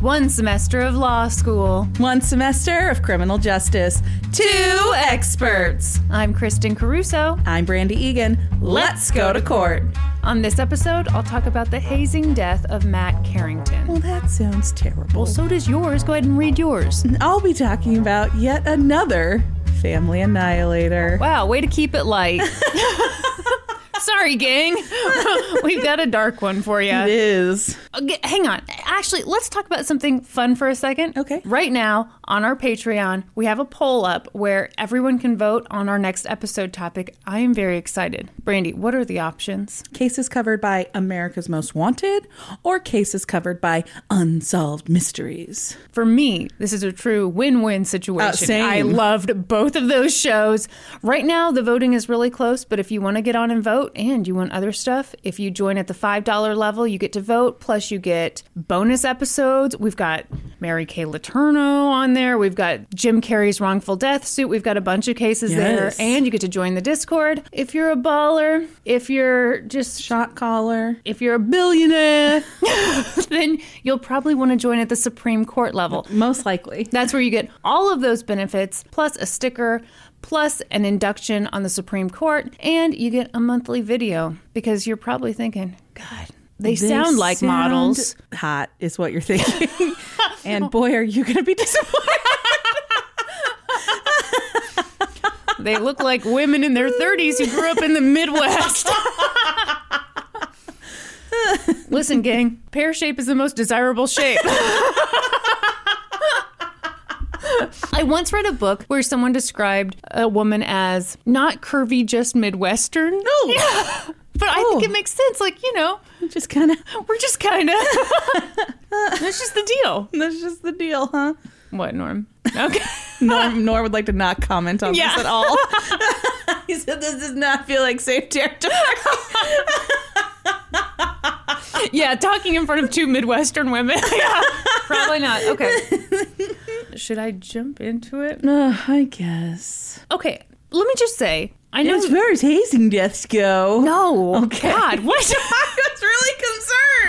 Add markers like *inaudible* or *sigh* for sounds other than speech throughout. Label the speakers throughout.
Speaker 1: One semester of law school.
Speaker 2: One semester of criminal justice. Two experts.
Speaker 1: I'm Kristen Caruso.
Speaker 2: I'm Brandy Egan. Let's go to court.
Speaker 1: On this episode, I'll talk about the hazing death of Matt Carrington.
Speaker 2: Well, that sounds terrible.
Speaker 1: Well, so does yours. Go ahead and read yours.
Speaker 2: I'll be talking about yet another family annihilator.
Speaker 1: Wow, way to keep it light. *laughs* Sorry, gang. *laughs* We've got a dark one for
Speaker 2: It
Speaker 1: you.
Speaker 2: is.
Speaker 1: Okay, hang on. Actually, let's talk about something fun for a second.
Speaker 2: Okay.
Speaker 1: Right now on our Patreon, we have a poll up where everyone can vote on our next episode topic. I am very excited. Brandy, what are the options?
Speaker 2: Cases covered by America's Most Wanted or cases covered by Unsolved Mysteries.
Speaker 1: For me, this is a true win-win situation.
Speaker 2: Uh, same.
Speaker 1: I loved both of those shows. Right now, the voting is really close, but if you want to get on and vote and you want other stuff, if you join at the $5 level, you get to vote, plus you get bonus episodes. We've got Mary Kay Letourneau on there. We've got Jim Carrey's wrongful death suit. We've got a bunch of cases there,
Speaker 2: Yes.
Speaker 1: and you get to join the Discord. If you're a baller, if you're just
Speaker 2: Shot caller.
Speaker 1: if you're a billionaire, *laughs* then you'll probably want to join at the Supreme Court level.
Speaker 2: Most likely.
Speaker 1: That's where you get all of those benefits, plus a sticker, plus an induction on the Supreme Court, and you get a monthly video because you're probably thinking, God, they, sound like
Speaker 2: sound
Speaker 1: models.
Speaker 2: Hot is what you're thinking. *laughs* and boy, are you going to be disappointed.
Speaker 1: They look like women in their 30s who grew up in the Midwest. Listen, gang, pear shape is the most desirable shape. I once read a book where someone described a woman as not curvy, just Midwestern. *laughs*
Speaker 2: No.
Speaker 1: But I think
Speaker 2: Oh.
Speaker 1: it makes sense. Like, you know,
Speaker 2: Just kind of,
Speaker 1: we're just kind of. That's just the deal.
Speaker 2: *laughs* that's just the deal, huh?
Speaker 1: What, Norm? Okay.
Speaker 2: Norm, Norm would like to not comment on
Speaker 1: Yeah.
Speaker 2: this at all. he said this does not feel like safe territory.
Speaker 1: *laughs* yeah, talking in front of two Midwestern women. *laughs* yeah, probably not. Okay. *laughs* Should I jump into it?
Speaker 2: Uh, *sighs* I guess.
Speaker 1: Okay, let me just say, I know.
Speaker 2: As far as hazing deaths go,
Speaker 1: no.
Speaker 2: Okay.
Speaker 1: God, what?
Speaker 2: *laughs* I was really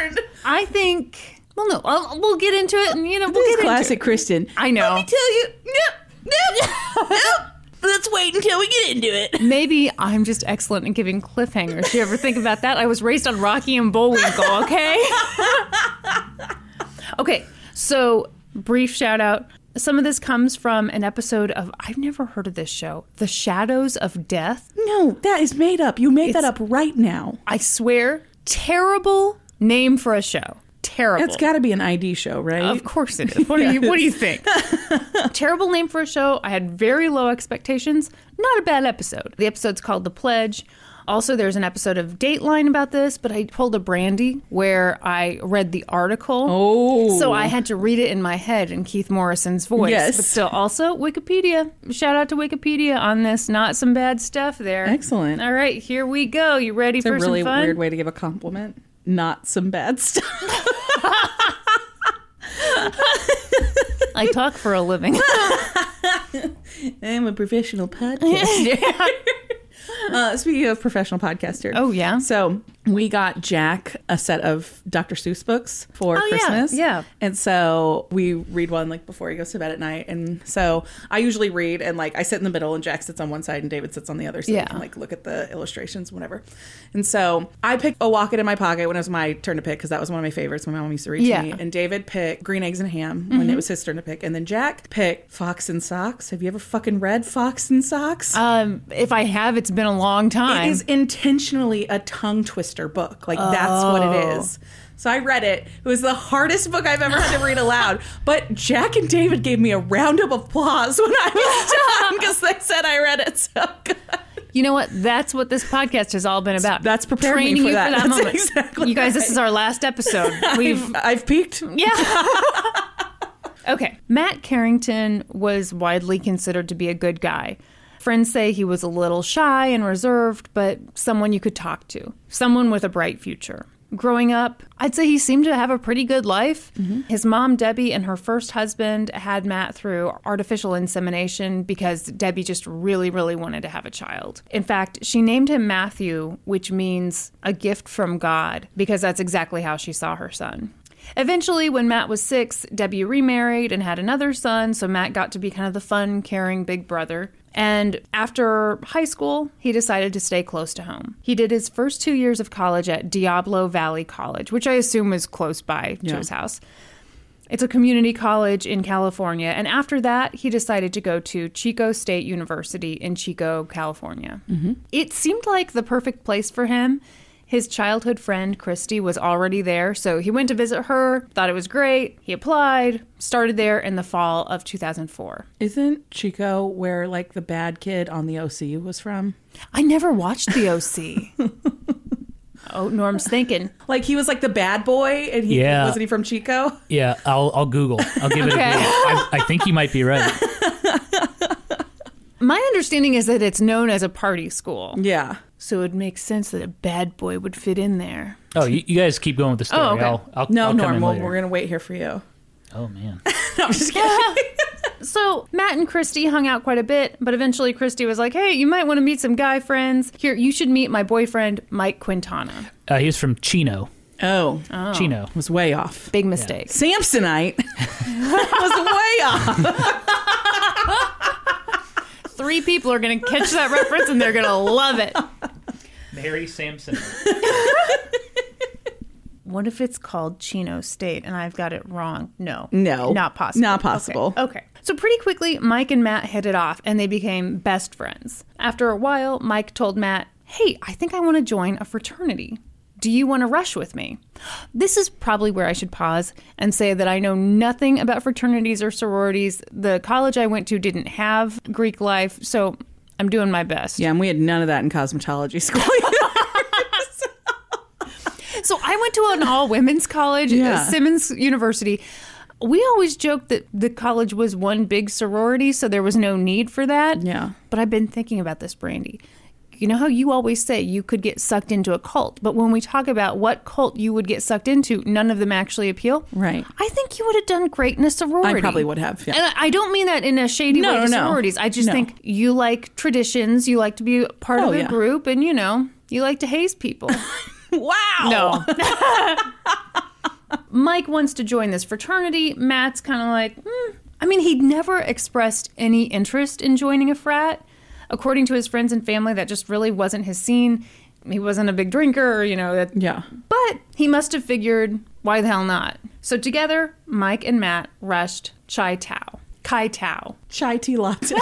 Speaker 2: concerned.
Speaker 1: *laughs* I think. Well, no, I'll, we'll get into it, and you know, we'll
Speaker 2: This
Speaker 1: get
Speaker 2: is
Speaker 1: into
Speaker 2: classic
Speaker 1: it.
Speaker 2: Kristen.
Speaker 1: I know.
Speaker 2: Let me tell you. Nope. *laughs* Nope. nope. Let's wait until we get into it.
Speaker 1: Maybe I'm just excellent at giving cliffhangers. You ever think about that? I was raised on Rocky and Bullwinkle, okay? okay, so brief shout out. Some of this comes from an episode of, I've never heard of this show, The Shadows of Death.
Speaker 2: No, that is made up. You made that
Speaker 1: It's-
Speaker 2: up right now.
Speaker 1: I swear, terrible name for a show. Terrible.
Speaker 2: It's got to be an ID show, right?
Speaker 1: Of course it
Speaker 2: *laughs*
Speaker 1: is. What do you What do you think? *laughs* Terrible name for a show. I had very low expectations. Not a bad episode. The episode's called The Pledge. Also, there's an episode of Dateline about this, but I pulled a Brandy where I read the article.
Speaker 2: Oh.
Speaker 1: So I had to read it in my head in Keith Morrison's voice.
Speaker 2: Yes.
Speaker 1: But still, also Wikipedia. Shout out to Wikipedia on this. Not some bad stuff there.
Speaker 2: Excellent.
Speaker 1: All right, here we go. You ready
Speaker 2: It's
Speaker 1: for
Speaker 2: a really
Speaker 1: some fun?
Speaker 2: weird way to give a compliment. Not some bad *laughs* stuff.
Speaker 1: I talk for a
Speaker 2: *laughs*
Speaker 1: living. *laughs*
Speaker 2: I'm a professional podcaster. uh, speaking of professional podcaster.
Speaker 1: Oh, yeah?
Speaker 2: So we got Jack a set of Dr. Seuss books for
Speaker 1: Oh, yeah,
Speaker 2: Christmas.
Speaker 1: yeah.
Speaker 2: And so we read one like before he goes to bed at night. And so I usually read and like I sit in the middle and Jack sits on one side and David sits on the other so
Speaker 1: Yeah.
Speaker 2: yeah. can like look at the illustrations, whatever. And so I picked a Walk It in My Pocket when it was my turn to pick because that was one of my favorites. My mom used to read
Speaker 1: Yeah. Mm-hmm.
Speaker 2: to me. And David picked Green Eggs and Ham when it was his turn to pick. And then Jack picked Fox and Socks. Have you ever fucking read Fox and Socks?
Speaker 1: Um, if I have, it's been a long time.
Speaker 2: It is intentionally a tongue twister book. Like that's what it is. So I read it. It was the hardest book I've ever had to read *laughs* aloud. But Jack and David gave me a round of applause when I *laughs* was done because they said I read it so good.
Speaker 1: You know what? That's what this podcast has all been about.
Speaker 2: That's preparing me
Speaker 1: Training
Speaker 2: for
Speaker 1: you
Speaker 2: that.
Speaker 1: for that
Speaker 2: *laughs* That's
Speaker 1: moment.
Speaker 2: exactly
Speaker 1: you guys, this
Speaker 2: right.
Speaker 1: is our last episode. We've
Speaker 2: *laughs* I've, I've peaked.
Speaker 1: yeah. *laughs* okay. Matt Carrington was widely considered to be a good guy. Friends say he was a little shy and reserved, but someone you could talk to, someone with a bright future. Growing up, I'd say he seemed to have a pretty good life. His mom, Debbie, and her first husband had Matt through artificial insemination because Debbie just really, really wanted to have a child. In fact, she named him Matthew, which means a gift from God, because that's exactly how she saw her son. Eventually, when Matt was six, Debbie remarried and had another son, so Matt got to be kind of the fun, caring big brother. And after high school, he decided to stay close to home. He did his first two years of college at Diablo Valley College, which I assume is close by to
Speaker 2: Yeah.
Speaker 1: his house. It's a community college in California. And after that, he decided to go to Chico State University in Chico, California. It seemed like the perfect place for him. His childhood friend, Christy, was already there. So he went to visit her, thought it was great. He applied, started there in the fall of 2004.
Speaker 2: Isn't Chico where like the bad kid on the OC was from?
Speaker 1: I never watched The OC. *laughs* oh, Norm's thinking.
Speaker 2: Like he was like the bad boy, and he
Speaker 3: Yeah.
Speaker 2: wasn't he from Chico?
Speaker 3: Yeah, I'll, I'll Google. I'll give it
Speaker 1: Okay.
Speaker 3: a Google. I, I think you might be right.
Speaker 1: My understanding is that it's known as a party school.
Speaker 2: Yeah.
Speaker 1: So it would make sense that a bad boy would fit in there.
Speaker 3: Oh, you, you guys keep going with the story.
Speaker 1: Oh, okay.
Speaker 3: I'll, I'll,
Speaker 2: No,
Speaker 3: I'll come
Speaker 2: Norm,
Speaker 3: in
Speaker 2: we'll-
Speaker 3: later.
Speaker 2: we're gonna wait here for you.
Speaker 3: Oh, man.
Speaker 2: No, I'm *laughs* just kidding.
Speaker 1: So Matt and Christy hung out quite a bit, but eventually Christy was like, "Hey, you might want to meet some guy friends. Here, you should meet my boyfriend, Mike Quintana."
Speaker 3: Uh, he was from Chino.
Speaker 2: Oh,
Speaker 3: Chino.
Speaker 2: was way off.
Speaker 1: Big mistake.
Speaker 2: Samsonite *laughs* was way off.
Speaker 1: Three people are going to catch that reference and they're going to love it.
Speaker 3: Mary Sampson.
Speaker 1: What if it's called Chino State and I've got it wrong? No.
Speaker 2: No.
Speaker 1: Not possible.
Speaker 2: Not possible.
Speaker 1: Okay. okay. So pretty quickly, Mike and Matt hit it off and they became best friends. After a while, Mike told Matt, Hey, I think I want to join a fraternity. Do you want to rush with me? This is probably where I should pause and say that I know nothing about fraternities or sororities. The college I went to didn't have Greek life, so I'm doing my best.
Speaker 2: Yeah, and we had none of that in cosmetology *laughs* school.
Speaker 1: So I went to an all women's college,
Speaker 2: Yeah.
Speaker 1: Simmons University. We always joked that the college was one big sorority, so there was no need for that.
Speaker 2: Yeah.
Speaker 1: But I've been thinking about this, Brandy. You know how you always say you could get sucked into a cult, but when we talk about what cult you would get sucked into, none of them actually appeal.
Speaker 2: Right.
Speaker 1: I think you would have done great in a sorority.
Speaker 2: I probably would have, yeah.
Speaker 1: And I- I don't mean that in a shady
Speaker 2: No,
Speaker 1: way to
Speaker 2: no, no.
Speaker 1: sororities. I just
Speaker 2: No.
Speaker 1: think you like traditions, you like to be part
Speaker 2: Oh,
Speaker 1: of a
Speaker 2: yeah.
Speaker 1: group, and you know, you like to haze
Speaker 2: *laughs*
Speaker 1: people.
Speaker 2: wow.
Speaker 1: No. Mike wants to join this fraternity. Matt's kind of like, hmm. I mean, he'd never expressed any interest in joining a frat. According to his friends and family, that just really wasn't his scene. He wasn't a big drinker, you know. That,
Speaker 2: Yeah.
Speaker 1: But he must have figured, why the hell not? So together, Mike and Matt rushed Chai Tao, Kai Tao,
Speaker 2: Chai tea latte.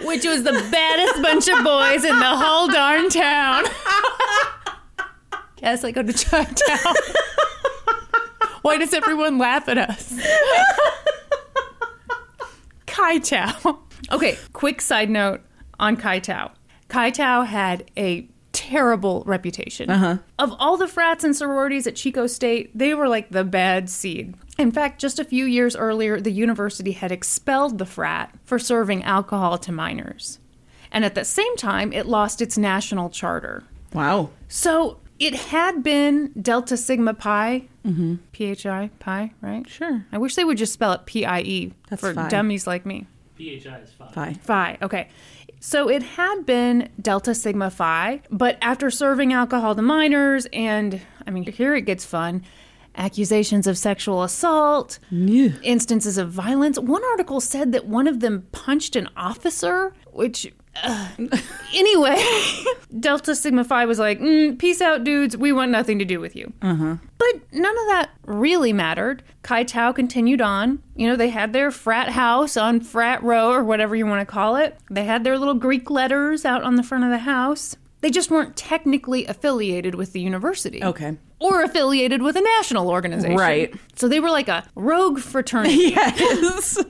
Speaker 1: which was the baddest bunch of boys in the whole darn town. Yes, I go to Chinatown. Why does everyone laugh at us? Kai Tao. Okay, quick side note on Kai Tao. Kai Tao had a terrible reputation. Uh-huh. Of all the frats and sororities at Chico State, they were like the bad seed. In fact, just a few years earlier, the university had expelled the frat for serving alcohol to minors. And at the same time, it lost its national charter.
Speaker 2: *laughs* wow.
Speaker 1: So it had been Delta Sigma Pi, PHI, Pi, right?
Speaker 2: Mm-hmm. Sure.
Speaker 1: I wish they would just spell it P I E
Speaker 2: That's
Speaker 1: for
Speaker 2: fine.
Speaker 1: dummies like me.
Speaker 3: PHI is fine.
Speaker 2: Bye.
Speaker 1: Phi, okay. So it had been Delta Sigma Phi, but after serving alcohol to minors, and I mean, here it gets fun accusations of sexual assault, instances of violence. One article said that one of them punched an officer, which. ugh. anyway, *laughs* Delta Sigma Phi was like, mm, peace out, dudes. We want nothing to do with you.
Speaker 2: Uh-huh.
Speaker 1: But none of that really mattered. Kai Tao continued on. You know, they had their frat house on frat row or whatever you want to call it. They had their little Greek letters out on the front of the house. They just weren't technically affiliated with the university.
Speaker 2: Okay.
Speaker 1: Or affiliated with a national organization.
Speaker 2: Right.
Speaker 1: So they were like a rogue
Speaker 2: *laughs*
Speaker 1: fraternity.
Speaker 2: *laughs* Yes.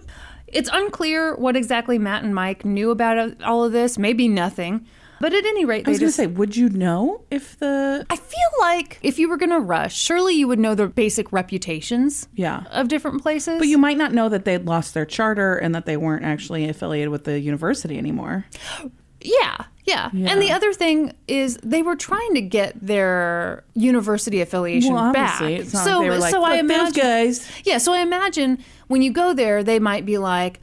Speaker 1: It's unclear what exactly Matt and Mike knew about all of this, maybe nothing. But at any rate,
Speaker 2: I
Speaker 1: they
Speaker 2: was going
Speaker 1: just
Speaker 2: to say, would you know if the.
Speaker 1: I feel like if you were going to rush, surely you would know the basic reputations
Speaker 2: Yeah.
Speaker 1: of different places.
Speaker 2: But you might not know that they'd lost their charter and that they weren't actually affiliated with the university anymore.
Speaker 1: yeah, yeah, And the other thing is they were trying to get their university affiliation
Speaker 2: Well,
Speaker 1: back.
Speaker 2: obviously, it's not like they were like,
Speaker 1: so I
Speaker 2: "Fuck those
Speaker 1: imagine,
Speaker 2: guys."
Speaker 1: Yeah, so I imagine when you go there, they might be like,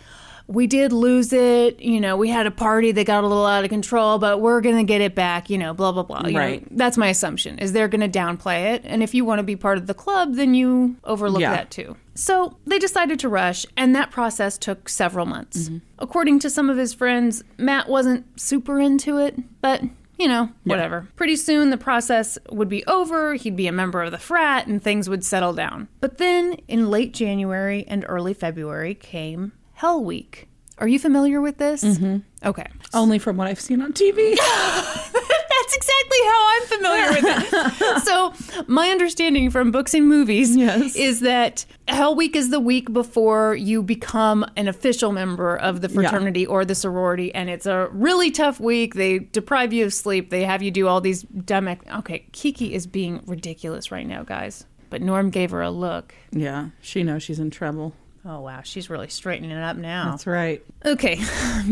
Speaker 1: we did lose it. You know, we had a party that got a little out of control, but we're going to get it back, you know, blah, blah, blah. You know,
Speaker 2: Right.
Speaker 1: that's my assumption is they're going to downplay it. And if you want to be part of the club, then you overlook
Speaker 2: Yeah.
Speaker 1: that too. So they decided to rush, and that process took several months. According to some of his friends, Matt wasn't super into it, but. You know, whatever. Pretty soon the process would be over, he'd be a member of the frat, and things would settle down. But then in late January and early February came Hell Week. Are you familiar with this? Mm-hmm. Okay.
Speaker 2: Only from what I've seen on *laughs* TV.
Speaker 1: *laughs* That's exactly how I'm familiar with *laughs* it. so, my understanding from books and movies
Speaker 2: Yes.
Speaker 1: is that Hell Week is the week before you become an official member of the fraternity or the sorority, and it's a really tough week. They deprive you of sleep. They have you do all these dumb. Ac- okay, Kiki is being ridiculous right now, guys. But Norm gave her a look.
Speaker 2: yeah, she knows she's in trouble.
Speaker 1: Oh wow, she's really straightening it up now.
Speaker 2: That's right.
Speaker 1: Okay. *laughs*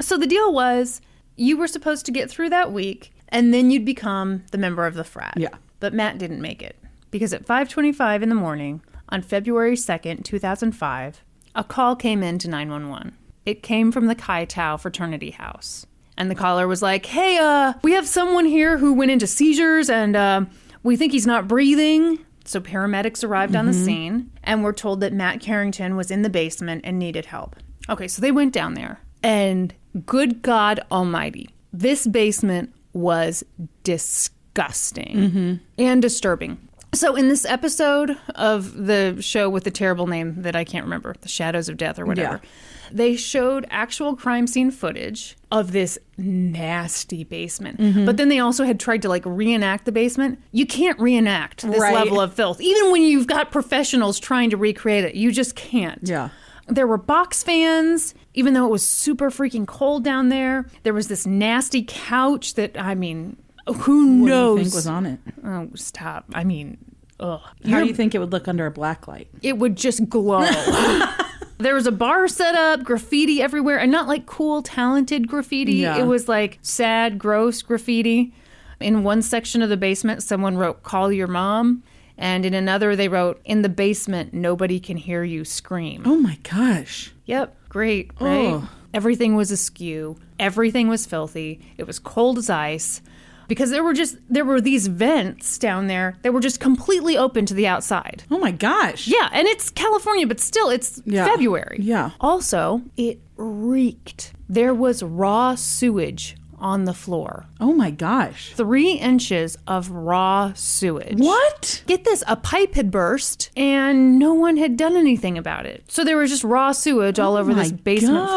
Speaker 1: so the deal was you were supposed to get through that week and then you'd become the member of the frat.
Speaker 2: Yeah.
Speaker 1: But Matt didn't make it because at 5:25 in the morning on February 2nd, 2005, a call came in to 911. It came from the Chi Tau fraternity house. And the caller was like, "Hey, uh, we have someone here who went into seizures and uh, we think he's not breathing." So paramedics arrived on the scene and were told that Matt Carrington was in the basement and needed help. Okay, so they went down there. And good God Almighty, this basement was disgusting
Speaker 2: Mm-hmm.
Speaker 1: and disturbing. So, in this episode of the show with the terrible name that I can't remember, The Shadows of Death or whatever, they showed actual crime scene footage of this nasty basement.
Speaker 2: Mm-hmm.
Speaker 1: But then they also had tried to like reenact the basement. You can't reenact this
Speaker 2: Right.
Speaker 1: level of filth. Even when you've got professionals trying to recreate it, you just can't.
Speaker 2: Yeah.
Speaker 1: There were box fans, even though it was super freaking cold down there. There was this nasty couch that, I mean, who
Speaker 2: What do
Speaker 1: knows?
Speaker 2: you think was on it?
Speaker 1: Oh, stop. I mean, ugh.
Speaker 2: How do you think it would look under a black light?
Speaker 1: It would just glow. there was a bar set up, graffiti everywhere, and not like cool, talented graffiti.
Speaker 2: Yeah.
Speaker 1: It was like sad, gross graffiti. In one section of the basement, someone wrote, Call your mom. And in another, they wrote, In the basement, nobody can hear you scream.
Speaker 2: Oh my gosh.
Speaker 1: Yep, great, right?
Speaker 2: Ugh.
Speaker 1: Everything was askew. Everything was filthy. It was cold as ice because there were just there were these vents down there that were just completely open to the outside.
Speaker 2: Oh my gosh.
Speaker 1: Yeah, and it's California, but still it's
Speaker 2: Yeah.
Speaker 1: February.
Speaker 2: Yeah.
Speaker 1: Also, it reeked. There was raw sewage on the floor.
Speaker 2: Oh my gosh.
Speaker 1: 3 inches of raw sewage.
Speaker 2: What?
Speaker 1: Get this, a pipe had burst and no one had done anything about it. So there was just raw sewage all over this
Speaker 2: Oh my
Speaker 1: basement
Speaker 2: gosh.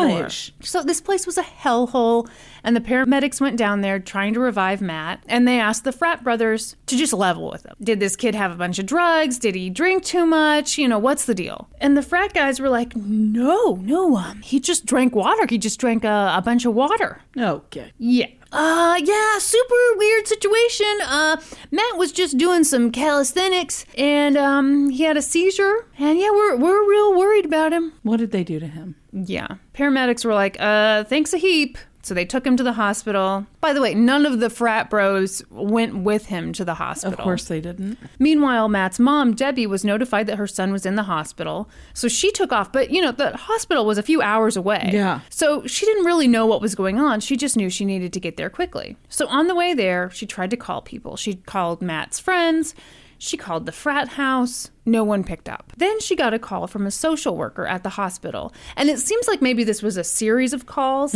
Speaker 1: floor. So this place was a hellhole, and the paramedics went down there trying to revive Matt, and they asked the frat brothers to just level with him. Did this kid have a bunch of drugs? Did he drink too much? You know, what's the deal? And the frat guys were like, no, no, um, he just drank water. He just drank a, a bunch of water.
Speaker 2: Okay.
Speaker 1: Yeah. Uh, yeah, super weird situation. Uh, Matt was just doing some calisthenics and, um, he had a seizure. And yeah, we're, we're real worried about him.
Speaker 2: What did they do to him?
Speaker 1: Yeah. Paramedics were like, uh, thanks a heap. So they took him to the hospital. By the way, none of the frat bros went with him to the hospital.
Speaker 2: Of course they didn't.
Speaker 1: Meanwhile, Matt's mom, Debbie, was notified that her son was in the hospital. So she took off, but you know, the hospital was a few hours away.
Speaker 2: Yeah.
Speaker 1: So she didn't really know what was going on. She just knew she needed to get there quickly. So on the way there, she tried to call people. She called Matt's friends. She called the frat house. No one picked up. Then she got a call from a social worker at the hospital. And it seems like maybe this was a series of calls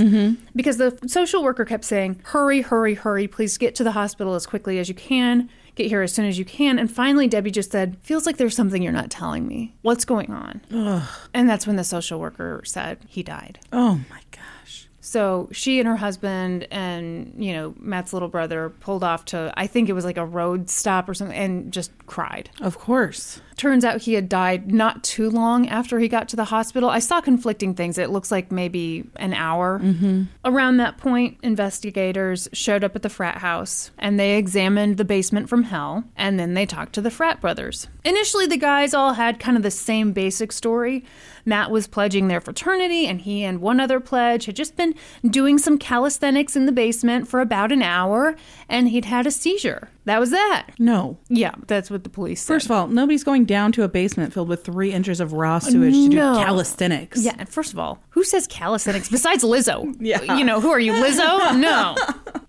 Speaker 1: because the social worker kept saying, Hurry, hurry, hurry. Please get to the hospital as quickly as you can. Get here as soon as you can. And finally, Debbie just said, Feels like there's something you're not telling me. What's going on? And that's when the social worker said he died.
Speaker 2: Oh my gosh.
Speaker 1: So she and her husband and, you know, Matt's little brother pulled off to, I think it was like a road stop or something, and just cried.
Speaker 2: Of course.
Speaker 1: Turns out he had died not too long after he got to the hospital. I saw conflicting things. It looks like maybe an hour. Mm-hmm. Around that point, investigators showed up at the frat house and they examined the basement from hell and then they talked to the frat brothers. Initially, the guys all had kind of the same basic story. Matt was pledging their fraternity and he and one other pledge had just been doing some calisthenics in the basement for about an hour and he'd had a seizure. That was that.
Speaker 2: No.
Speaker 1: Yeah, that's what the police said.
Speaker 2: First of all, nobody's going down to a basement filled with three inches of raw sewage to do
Speaker 1: Uh, No.
Speaker 2: calisthenics.
Speaker 1: yeah, and first of all, who says calisthenics besides Lizzo?
Speaker 2: *laughs* Yeah.
Speaker 1: You know, who are you, Lizzo?
Speaker 2: *laughs*
Speaker 1: No.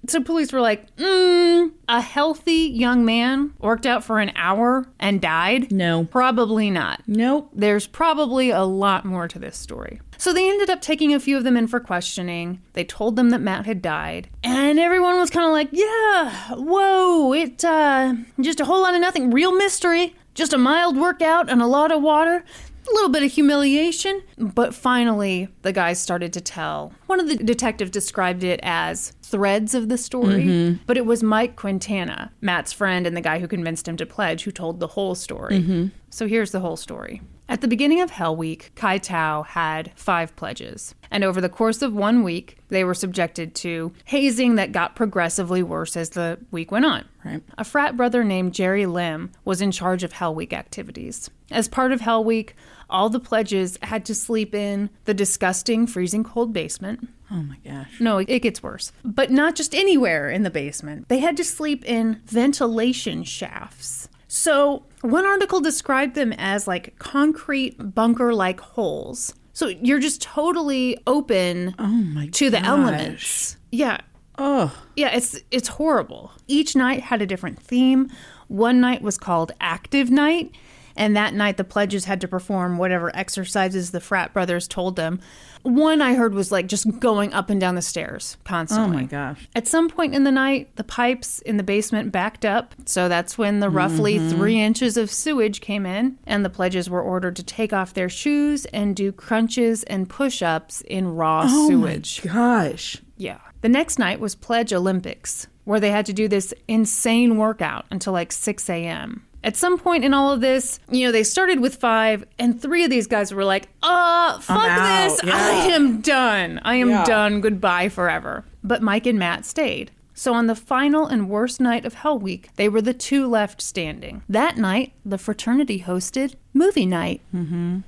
Speaker 1: So police were like, mm, a healthy young man worked out for an hour and died?
Speaker 2: No.
Speaker 1: Probably not.
Speaker 2: Nope.
Speaker 1: There's probably a lot more to this story. So they ended up taking a few of them in for questioning. They told them that Matt had died, and everyone was kind of like, "Yeah, whoa, it uh, just a whole lot of nothing, real mystery, just a mild workout and a lot of water." A little bit of humiliation, but finally the guys started to tell. One of the detectives described it as threads of the story, but it was Mike Quintana, Matt's friend and the guy who convinced him to pledge, who told the whole story. So here's the whole story. At the beginning of Hell Week, Kai Tao had five pledges. And over the course of one week, they were subjected to hazing that got progressively worse as the week went on.
Speaker 2: Right.
Speaker 1: A frat brother named Jerry Lim was in charge of Hell Week activities. As part of Hell Week, all the pledges had to sleep in the disgusting freezing cold basement.
Speaker 2: Oh my gosh.
Speaker 1: No, it gets worse. But not just anywhere in the basement. They had to sleep in ventilation shafts. So, one article described them as like concrete bunker like holes. So, you're just totally open
Speaker 2: Oh my
Speaker 1: to the
Speaker 2: gosh.
Speaker 1: elements. Yeah.
Speaker 2: Oh.
Speaker 1: Yeah, it's it's horrible. Each night had a different theme. One night was called Active Night, and that night the pledges had to perform whatever exercises the frat brothers told them. One I heard was like just going up and down the stairs
Speaker 2: Oh
Speaker 1: constantly.
Speaker 2: my gosh.
Speaker 1: At some point in the night, the pipes in the basement backed up, so that's when the roughly
Speaker 2: Mm-hmm.
Speaker 1: three inches of sewage came in, and the pledges were ordered to take off their shoes and do crunches and push ups in raw
Speaker 2: Oh
Speaker 1: sewage.
Speaker 2: Gosh.
Speaker 1: Yeah. The next night was Pledge Olympics, where they had to do this insane workout until like 6 a.m. At some point in all of this, you know, they started with five, and three of these guys were like, uh, fuck
Speaker 2: out.
Speaker 1: this.
Speaker 2: Yeah.
Speaker 1: I am done. I am
Speaker 2: Yeah.
Speaker 1: done. Goodbye forever. But Mike and Matt stayed. So on the final and worst night of Hell Week, they were the two left standing. That night, the fraternity hosted movie night.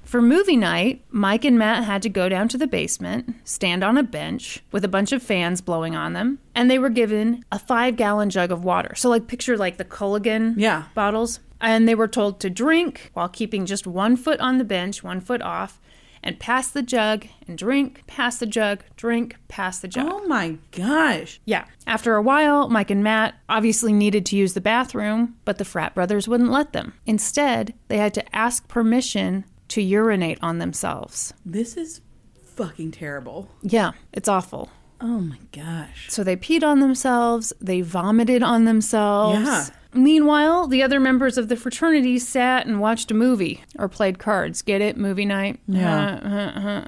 Speaker 1: For movie night, Mike and Matt had to go down to the basement, stand on a bench with a bunch of fans blowing on them, and they were given a five gallon jug of water. So, like, picture like the Culligan
Speaker 2: Yeah.
Speaker 1: bottles. And they were told to drink while keeping just one foot on the bench, one foot off, and pass the jug and drink, pass the jug, drink, pass the jug.
Speaker 2: Oh my gosh.
Speaker 1: Yeah. After a while, Mike and Matt obviously needed to use the bathroom, but the frat brothers wouldn't let them. Instead, they had to ask permission to urinate on themselves.
Speaker 2: This is fucking terrible.
Speaker 1: Yeah, it's awful.
Speaker 2: Oh my gosh.
Speaker 1: So they peed on themselves, they vomited on themselves.
Speaker 2: Yeah.
Speaker 1: Meanwhile, the other members of the fraternity sat and watched a movie or played cards. Get it? Movie night?
Speaker 2: Yeah.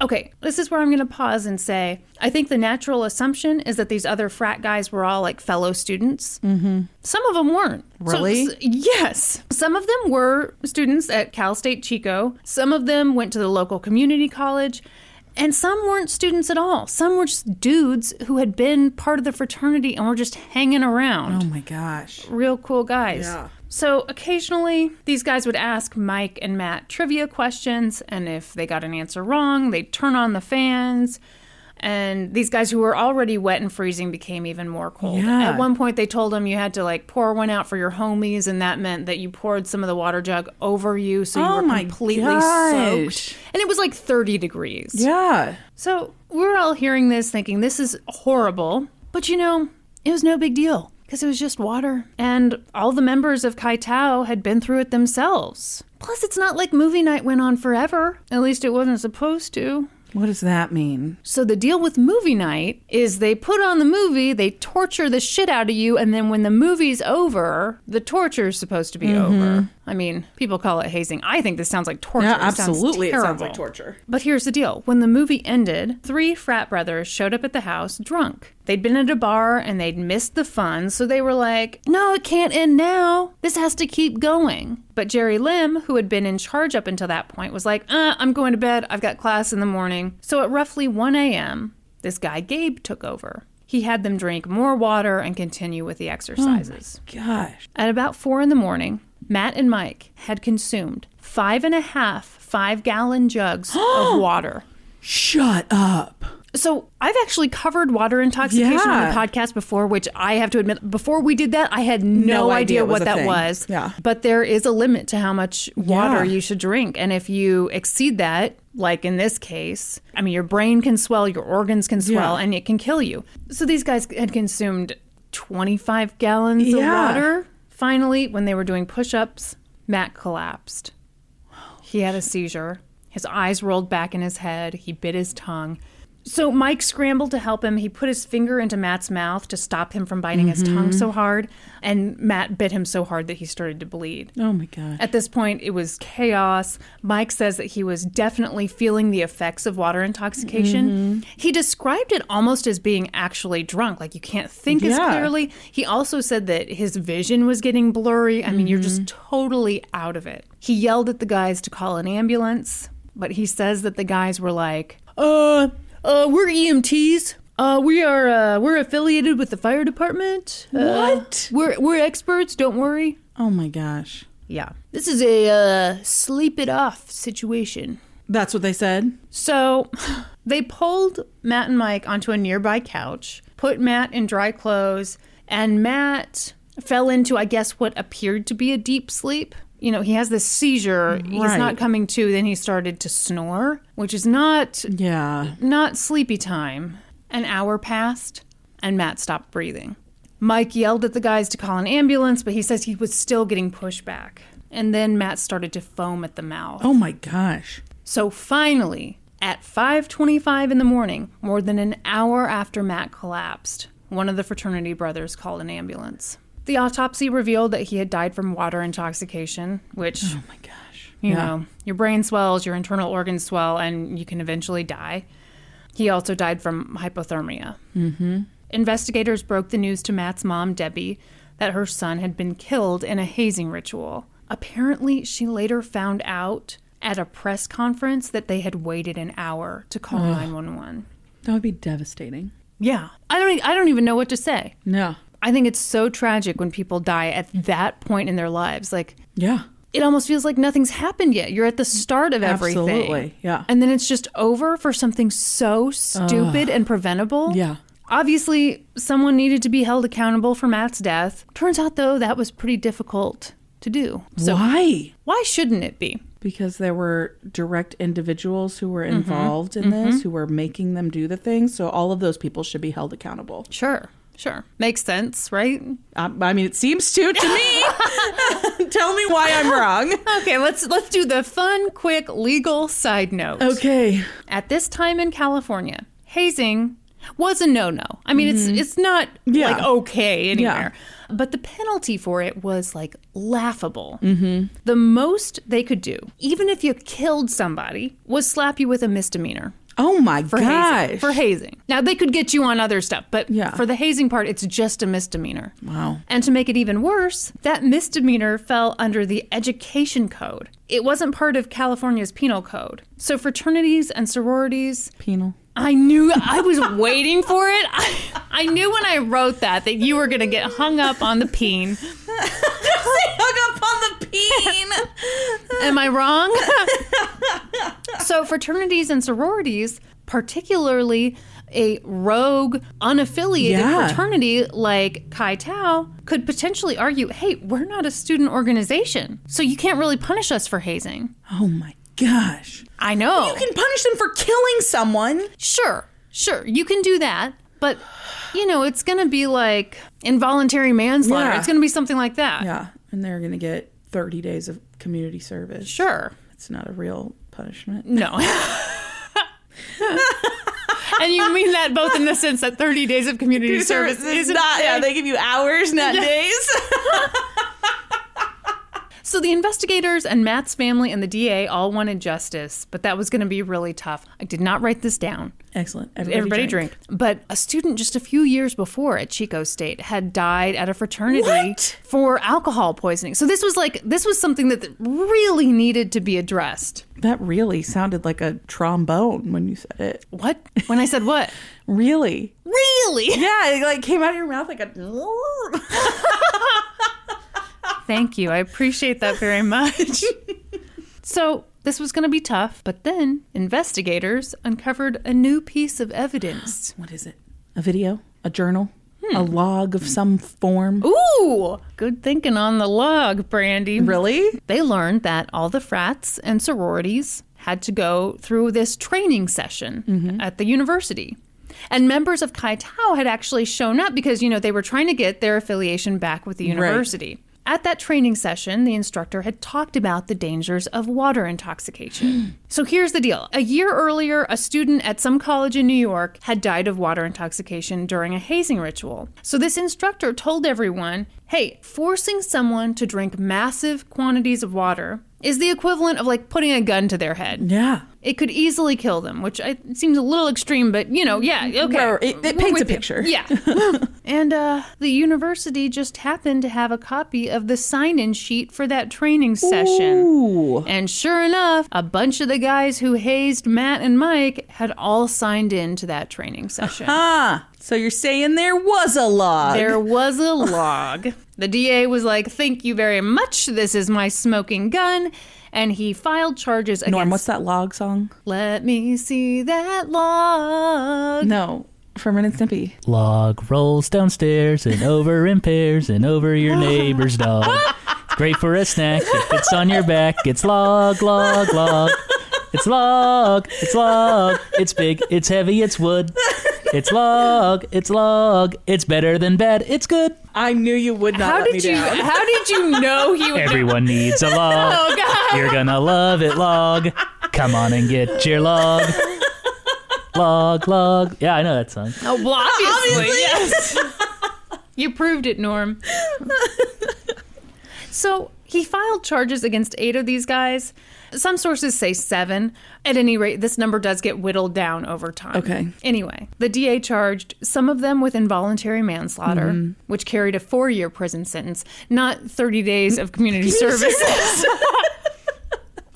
Speaker 1: Okay, this is where I'm going to pause and say I think the natural assumption is that these other frat guys were all like fellow students. Mm-hmm. Some of them weren't. So-
Speaker 2: Really?
Speaker 1: s- yes. Some of them were students at Cal State Chico, some of them went to the local community college. And some weren't students at all. Some were just dudes who had been part of the fraternity and were just hanging around
Speaker 2: Oh my gosh.
Speaker 1: real cool guys.
Speaker 2: Yeah.
Speaker 1: So occasionally, these guys would ask Mike and Matt trivia questions, and if they got an answer wrong, they'd turn on the fans. And these guys who were already wet and freezing became even more cold.
Speaker 2: Yeah.
Speaker 1: At one point, they told them you had to like pour one out for your homies, and that meant that you poured some of the water jug over you, so you
Speaker 2: Oh
Speaker 1: were
Speaker 2: my
Speaker 1: completely
Speaker 2: gosh.
Speaker 1: soaked. And it was like 30 degrees.
Speaker 2: Yeah.
Speaker 1: So we're all hearing this thinking this is horrible, but you know, it was no big deal because it was just water. And all the members of Kai Tao had been through it themselves. Plus, it's not like movie night went on forever. At least it wasn't supposed to.
Speaker 2: What does that mean?
Speaker 1: So the deal with movie night is they put on the movie, they torture the shit out of you, and then when the movie's over, the torture's supposed to be over. I mean, people call it hazing. I think this sounds like torture.
Speaker 2: Mm-hmm. Yeah,
Speaker 1: It sounds
Speaker 2: absolutely. It sounds like
Speaker 1: terrible.
Speaker 2: torture.
Speaker 1: But here's the deal when the movie ended, three frat brothers showed up at the house drunk. They'd been at a bar and they'd missed the fun, so they were like, no, it can't end now. This has to keep going. But Jerry Lim, who had been in charge up until that point, was like, uh, I'm going to bed. I've got class in the morning. So at roughly 1 a.m., this guy Gabe took over. He had them drink more water and continue with the exercises.
Speaker 2: Gosh.
Speaker 1: At about four in the morning, Matt and Mike had consumed
Speaker 2: *gasps*
Speaker 1: five and a half five gallon jugs of water.
Speaker 2: Shut up.
Speaker 1: So I've actually covered water intoxication on
Speaker 2: Yeah.
Speaker 1: the podcast before, which I have to admit, before we did that, I had no,
Speaker 2: No idea
Speaker 1: idea,
Speaker 2: it was
Speaker 1: what
Speaker 2: a
Speaker 1: that
Speaker 2: thing.
Speaker 1: was.
Speaker 2: Yeah.
Speaker 1: But there is a limit to how much water
Speaker 2: Yeah.
Speaker 1: you should drink. And if you exceed that, like in this case, I mean, your brain can swell, your organs can swell,
Speaker 2: Yeah.
Speaker 1: and it can kill you. So these guys had consumed 25 gallons
Speaker 2: Yeah.
Speaker 1: of water. Finally, when they were doing push ups, Matt collapsed. He had a seizure. His eyes rolled back in his head. He bit his tongue. So Mike scrambled to help him. He put his finger into Matt's mouth to stop him from biting his tongue so hard, and Matt bit him so hard that he started to bleed.
Speaker 2: Oh my god.
Speaker 1: At this point, it was chaos. Mike says that he was definitely feeling the effects of water intoxication.
Speaker 2: Mm-hmm.
Speaker 1: He described it almost as being actually drunk, like you can't think as
Speaker 2: Yeah.
Speaker 1: clearly. He also said that his vision was getting blurry. I mean, you're just
Speaker 2: Mm-hmm.
Speaker 1: totally out of it. He yelled at the guys to call an ambulance, but he says that the guys were like, uh, uh, we're EMTs. Uh, we are uh, we're affiliated with the fire department. Uh,
Speaker 2: What?
Speaker 1: we're we're experts. Don't worry.
Speaker 2: Oh my gosh.
Speaker 1: Yeah. This is a uh, sleep it off situation.
Speaker 2: That's what they said.
Speaker 1: So *laughs* they pulled Matt and Mike onto a nearby couch, put Matt in dry clothes, and Matt fell into, I guess, what appeared to be a deep sleep. You know, he has this seizure. He's
Speaker 2: Right.
Speaker 1: not coming to. Then he started to snore, which is not
Speaker 2: Yeah.
Speaker 1: not sleepy time. An hour passed, and Matt stopped breathing. Mike yelled at the guys to call an ambulance, but he says he was still getting pushback. And then Matt started to foam at the mouth.
Speaker 2: Oh my gosh.
Speaker 1: So finally, at 5:25 in the morning, more than an hour after Matt collapsed, one of the fraternity brothers called an ambulance. The autopsy revealed that he had died from water intoxication, which
Speaker 2: Oh my gosh.
Speaker 1: you know, your brain swells, your internal organs swell, and you can eventually die. He also died from hypothermia. Mm-hmm. Investigators broke the news to Matt's mom, Debbie, that her son had been killed in a hazing ritual. Apparently, she later found out at a press conference that they had waited an hour to call 911.
Speaker 2: That would be devastating.
Speaker 1: Yeah. I don't, e- I don't even know what to say.
Speaker 2: Yeah.
Speaker 1: I think it's so tragic when people die at that point in their lives. Like,
Speaker 2: Yeah.
Speaker 1: it almost feels like nothing's happened yet. You're at the start of everything.
Speaker 2: Absolutely, yeah.
Speaker 1: And then it's just over for something so stupid and preventable.
Speaker 2: Yeah.
Speaker 1: Obviously, someone needed to be held accountable for Matt's death. Turns out, though, that was pretty difficult to do. So,
Speaker 2: Why?
Speaker 1: why shouldn't it be?
Speaker 2: Because there were direct individuals who were involved in this, who were making them do the thing. So all of those people should be held accountable.
Speaker 1: Sure, sure. Makes sense, right?
Speaker 2: Um, I mean, it seems to to me. *laughs* Tell me why I'm wrong.
Speaker 1: Okay, let's let's do the fun, quick legal side note.
Speaker 2: Okay.
Speaker 1: At this time in California, hazing was a no-no. I mean, it's it's not
Speaker 2: Mm-hmm. Yeah.
Speaker 1: like okay anywhere, but the penalty for it was like laughable. Mm-hmm. The most they could do, even if you killed somebody, was slap you with a misdemeanor
Speaker 2: Oh my
Speaker 1: for hazing.
Speaker 2: gosh.
Speaker 1: For hazing. Now they could get you on other stuff, but
Speaker 2: Yeah.
Speaker 1: for the hazing part, it's just a misdemeanor.
Speaker 2: Wow.
Speaker 1: And to make it even worse, that misdemeanor fell under the education code. It wasn't part of California's penal code. So fraternities and sororities
Speaker 2: *laughs* Penal.
Speaker 1: I knew I was waiting for it. *laughs* I, I knew when I wrote that that you were going to get hung up on the peen.
Speaker 2: Hung up on the peen.
Speaker 1: Am I wrong? *laughs* so fraternities and sororities, particularly a rogue unaffiliated
Speaker 2: Yeah.
Speaker 1: fraternity like Chi Tau, could potentially argue, "Hey, we're not a student organization, so you can't really punish us for hazing."
Speaker 2: *laughs* oh my gosh.
Speaker 1: I know.
Speaker 2: You can punish them for killing someone.
Speaker 1: Sure, sure, you can do that, but you know, it's going to be like involuntary manslaughter.
Speaker 2: Yeah.
Speaker 1: It's going to be something like that.
Speaker 2: Yeah. And they're going to get 30 days of community service.
Speaker 1: Sure.
Speaker 2: It's not a real punishment.
Speaker 1: No. *laughs* and you mean that both in the sense that 30 days of community service is not.
Speaker 2: give you hours, *laughs* not days.
Speaker 1: so the investigators and Matt's family and the DA all wanted justice, but that was going to be really tough. I did not write this down.
Speaker 2: Excellent.
Speaker 1: Everybody drink. But a student just a few years before at Chico State had died at a fraternity
Speaker 2: What?
Speaker 1: for alcohol poisoning. So this was like this was something that really needed to be addressed.
Speaker 2: That really sounded like a trombone when you said it.
Speaker 1: What? When I said what?
Speaker 2: Really?
Speaker 1: really?
Speaker 2: *laughs* Yeah, it like came out of your mouth like a. *laughs*
Speaker 1: Thank you. I appreciate that very much. so This was going to be tough, but then investigators uncovered a new piece of
Speaker 2: *gasps*
Speaker 1: evidence.
Speaker 2: What is it? A video? A journal? A log of some form?
Speaker 1: Ooh, good thinking on the log, Brandy.
Speaker 2: Really?
Speaker 1: They learned that all the frats and sororities had to go through this training session at the university. And members of Kai Tao had actually shown up because, you know, they were trying to get their affiliation back with the university. At that training session, the instructor had talked about the dangers of water intoxication. so here's the deal. A year earlier, a student at some college in New York had died of water intoxication during a hazing ritual. So this instructor told everyone hey, forcing someone to drink massive quantities of water is the equivalent of like putting a gun to their head.
Speaker 2: Yeah.
Speaker 1: It could easily kill them, which I, seems a little extreme, but you know, yeah, okay.
Speaker 2: Mm-hmm. Well, it- it
Speaker 1: We're
Speaker 2: paints a
Speaker 1: with you.
Speaker 2: picture.
Speaker 1: Yeah.
Speaker 2: *laughs*
Speaker 1: and uh, the university just happened to have a copy of the sign in sheet for that training session.
Speaker 2: Ooh.
Speaker 1: And sure enough, a bunch of the guys who hazed Matt and Mike had all signed in to that training
Speaker 2: *laughs*
Speaker 1: session.
Speaker 2: Ah, so you're saying there was a log.
Speaker 1: There was a log. The DA was like, Thank you very much. This is my smoking gun. And he filed charges against.
Speaker 2: Norm, what's that log song?
Speaker 1: Let me see that log.
Speaker 2: No, Furman and Snippy.
Speaker 3: Log rolls downstairs and over in pairs and over your neighbor's dog. It's great for a snack. It fits on your back. It's log, log, log. It's log, it's log. It's big, it's heavy, it's wood. It's log, it's log. It's better than bad. It's good.
Speaker 2: I knew you would not
Speaker 1: How
Speaker 2: let me
Speaker 1: did you?
Speaker 2: down.
Speaker 1: How did you know
Speaker 2: *laughs*
Speaker 1: he would?
Speaker 3: Everyone needs a log.
Speaker 1: *laughs* Oh God!
Speaker 3: You're gonna love it, log. Come on and get your log. Log, log. Yeah, I know that song.
Speaker 1: Oh, well, obviously, yes. you proved it, Norm. *laughs* so he filed charges against eight of these guys. Some sources say seven. At any rate, this number does get whittled down over time.
Speaker 2: Okay.
Speaker 1: Anyway, the DA charged some of them with involuntary manslaughter,
Speaker 2: Mm-hmm.
Speaker 1: which carried a four year prison sentence, not 30 days of
Speaker 2: *laughs*
Speaker 1: community service.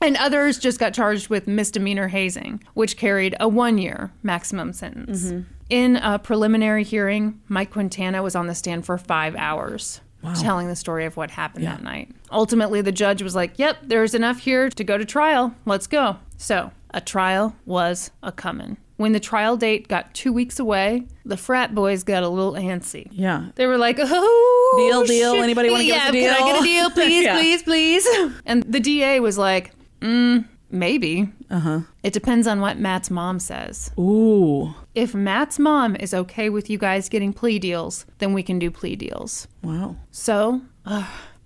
Speaker 1: And others just got charged with misdemeanor hazing, which carried a one year maximum sentence. In a preliminary hearing, Mike Quintana was on the stand for five hours. Telling the story of what happened that night. Ultimately, the judge was like, Yep, there's enough here to go to trial. Let's go. So, a trial was a comin'. When the trial date got two weeks away, the frat boys got a little antsy.
Speaker 2: Yeah.
Speaker 1: They were like, oh,
Speaker 2: Deal, deal.
Speaker 1: shit.
Speaker 2: Anybody wanna give us
Speaker 1: yeah,
Speaker 2: a
Speaker 1: Can I
Speaker 2: deal?
Speaker 1: get a
Speaker 2: *laughs*
Speaker 1: deal, please,
Speaker 2: Yeah.
Speaker 1: please, please? And the DA was like, mm, maybe. Uh
Speaker 2: Uh-huh.
Speaker 1: huh. It depends on what Matt's mom says.
Speaker 2: Ooh.
Speaker 1: If Matt's mom is okay with you guys getting plea deals, then we can do plea deals.
Speaker 2: Wow.
Speaker 1: So, ugh,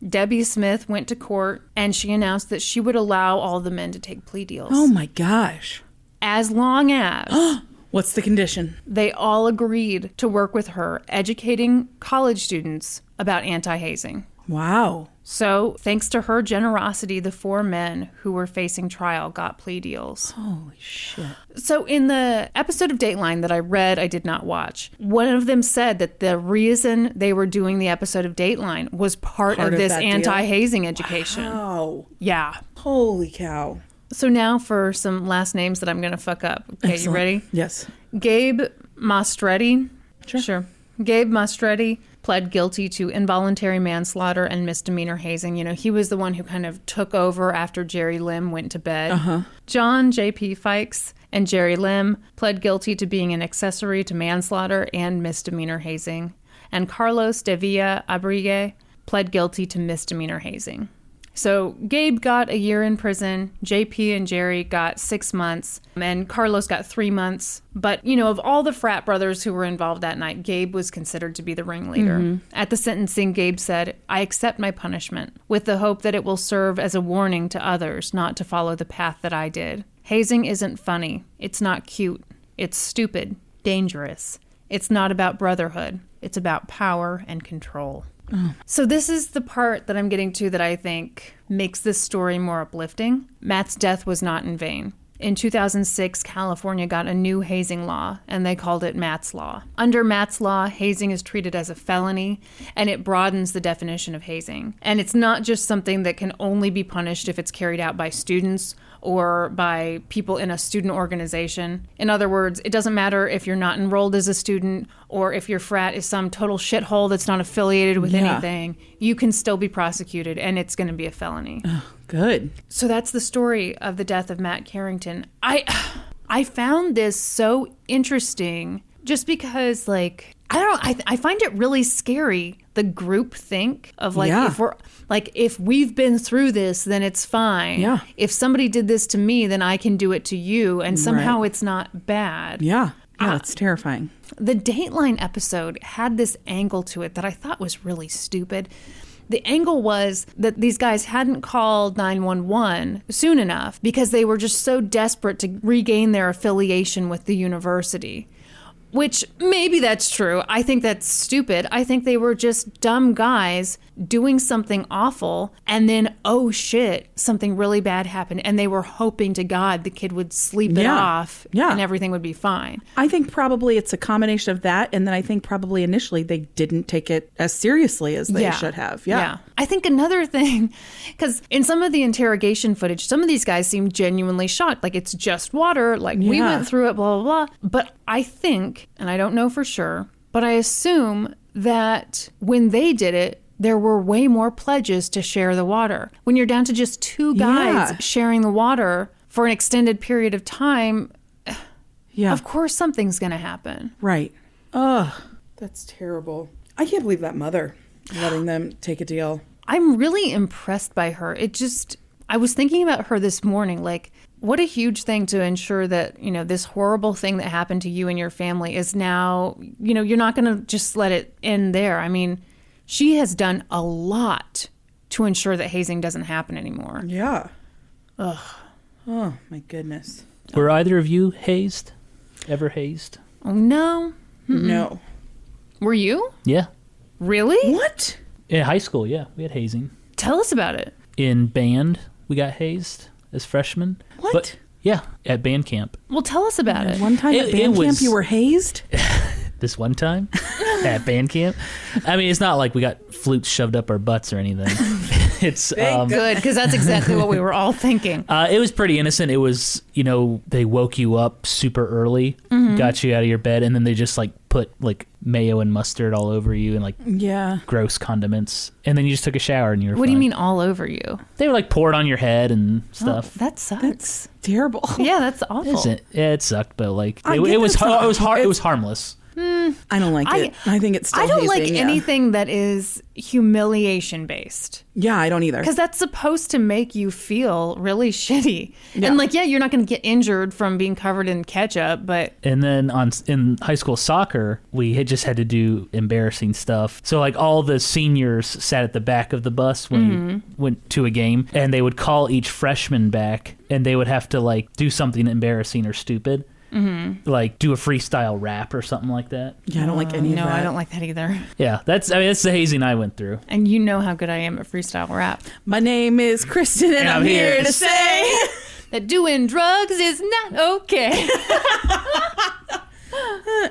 Speaker 1: Debbie Smith went to court and she announced that she would allow all the men to take plea deals
Speaker 2: Oh my gosh.
Speaker 1: as long as
Speaker 2: *gasps* What's the condition?
Speaker 1: they all agreed to work with her educating college students about anti hazing.
Speaker 2: Wow.
Speaker 1: So, thanks to her generosity, the four men who were facing trial got plea deals.
Speaker 2: Holy shit.
Speaker 1: So, in the episode of Dateline that I read, I did not watch, one of them said that the reason they were doing the episode of Dateline was part,
Speaker 2: Part
Speaker 1: of
Speaker 2: of
Speaker 1: this
Speaker 2: that deal?
Speaker 1: anti hazing education.
Speaker 2: Wow.
Speaker 1: Yeah.
Speaker 2: Holy cow.
Speaker 1: So, now for some last names that I'm going to fuck up. Okay, you
Speaker 2: Excellent.
Speaker 1: ready?
Speaker 2: Yes.
Speaker 1: Gabe Mastretti. Sure. Gabe Mastretti pled guilty to involuntary manslaughter and misdemeanor hazing. You know, he was the one who kind of took over after Jerry Lim went to bed. Uh-huh. John J.P. Fikes and Jerry Lim pled guilty to being an accessory to manslaughter and misdemeanor hazing. And Carlos De Villa Abrigue pled guilty to misdemeanor hazing. So Gabe got a year in prison, JP and Jerry got six months, and Carlos got three months. But, you know, of all the frat brothers who were involved that night, Gabe was considered to be the ringleader. At the sentencing, Gabe said, I accept my punishment with the hope that it will serve as a warning to others not to follow the path that I did. Hazing isn't funny. It's not cute. It's stupid, dangerous. It's not about brotherhood. It's about power and control. So, this is the part that I'm getting to that I think makes this story more uplifting. Matt's death was not in vain. In 2006, California got a new hazing law, and they called it Matt's Law. Under Matt's Law, hazing is treated as a felony, and it broadens the definition of hazing. And it's not just something that can only be punished if it's carried out by students or by people in a student organization. In other words, it doesn't matter if you're not enrolled as a student or if your frat is some total shithole that's not affiliated with
Speaker 2: Yeah.
Speaker 1: anything, you can still be prosecuted and it's going to be a
Speaker 2: *sighs*
Speaker 1: felony.
Speaker 2: Good.
Speaker 1: So that's the story of the death of Matt Carrington. I *sighs* I found this so interesting just because like I don't I I find it really scary the group think of like
Speaker 2: Yeah.
Speaker 1: if we're like if we've been through this then it's fine.
Speaker 2: Yeah.
Speaker 1: If somebody did this to me then I can do it to you and somehow it's not bad.
Speaker 2: Yeah. Ah. Yeah, it's terrifying.
Speaker 1: The Dateline episode had this angle to it that I thought was really stupid. The angle was that these guys hadn't called 911 soon enough because they were just so desperate to regain their affiliation with the university. Which maybe that's true. I think that's stupid. I think they were just dumb guys doing something awful and then, oh shit, something really bad happened. And they were hoping to God the kid would sleep it
Speaker 2: Yeah.
Speaker 1: off
Speaker 2: Yeah.
Speaker 1: and everything would be fine.
Speaker 2: I think probably it's a combination of that, and then I think probably initially they didn't take it as seriously as they should have. Yeah.
Speaker 1: I think another thing, *laughs* because in some of the interrogation footage, some of these guys seem genuinely shocked. Like, it's just water. Like, we
Speaker 2: Yeah.
Speaker 1: went through it, blah, blah, blah. But I think, and I don't know for sure, but I assume that when they did it, there were way more pledges to share the water. When you're down to just two guys
Speaker 2: Yeah.
Speaker 1: sharing the water for an extended period of time,
Speaker 2: Yeah.
Speaker 1: of course something's going to happen.
Speaker 2: Right. Ugh. That's terrible. I can't believe that *sighs* mother letting them take a deal.
Speaker 1: I'm really impressed by her. It just, I was thinking about her this morning. Like, what a huge thing to ensure that, you know, this horrible thing that happened to you and your family is now, you know, you're not going to just let it end there. I mean, she has done a lot to ensure that hazing doesn't happen anymore.
Speaker 2: Yeah. Ugh. Oh my goodness.
Speaker 3: Were either of you hazed? Ever hazed?
Speaker 1: Oh, no.
Speaker 2: No.
Speaker 1: Were you?
Speaker 3: Yeah.
Speaker 1: Really?
Speaker 2: What?
Speaker 3: In high school, yeah, we had hazing.
Speaker 1: Tell us about it.
Speaker 3: In band, we got hazed as freshmen.
Speaker 2: What?
Speaker 3: But, yeah, at band camp.
Speaker 1: Well, tell us about it.
Speaker 2: One time
Speaker 3: It-
Speaker 2: at
Speaker 3: it
Speaker 2: band camp
Speaker 3: was-
Speaker 2: you were hazed?
Speaker 3: This one time at band camp. I mean, it's not like we got flutes shoved up our butts or anything. *laughs* it's um,
Speaker 1: Good, because that's exactly what we were all
Speaker 3: *laughs*
Speaker 1: thinking.
Speaker 3: Uh, it was pretty innocent. It was, you know, they woke you up super early,
Speaker 1: Mm-hmm.
Speaker 3: got you out of your bed, and then they just like put like mayo and mustard all over you and like
Speaker 2: Yeah.
Speaker 3: gross condiments, and then you just took a shower and you were.
Speaker 1: What do you
Speaker 3: fine.
Speaker 1: mean all over you?
Speaker 3: They were like poured on your head and stuff.
Speaker 1: That sucks.
Speaker 2: Terrible. *laughs*
Speaker 1: yeah, that's awful.
Speaker 3: Isn't yeah, it sucked, but like
Speaker 2: I
Speaker 3: it,
Speaker 2: get
Speaker 3: it was
Speaker 2: that's
Speaker 3: har-
Speaker 2: not-
Speaker 3: it was har- it
Speaker 2: it's-
Speaker 3: was harmless.
Speaker 2: I don't like
Speaker 1: I-
Speaker 2: it. I think it's still
Speaker 1: I don't
Speaker 2: hazing,
Speaker 1: like
Speaker 2: yeah.
Speaker 1: anything that is humiliation based
Speaker 2: Yeah, I don't either.
Speaker 1: because that's supposed to make you feel really *laughs* shitty.
Speaker 2: Yeah.
Speaker 1: And like, yeah, you're not going to get injured from being covered in ketchup, but
Speaker 3: And then on s- in high school soccer, we had just had to do embarrassing stuff. So like all the seniors sat at the back of the bus when you
Speaker 1: Mm-hmm.
Speaker 3: went to a game, and they would call each freshman back, and they would have to like do something embarrassing or stupid,
Speaker 1: Mm-hmm.
Speaker 3: like do a freestyle rap or something like that.
Speaker 2: yeah, I don't like any
Speaker 1: uh, no,
Speaker 2: of that.
Speaker 1: I don't like that either.
Speaker 3: Yeah, that's I mean that's the hazing I went through.
Speaker 1: And you know how good I am at freestyle rap.
Speaker 2: My name is Kristen and, I'm, here, to say *laughs*
Speaker 1: That doing drugs is not okay. *laughs*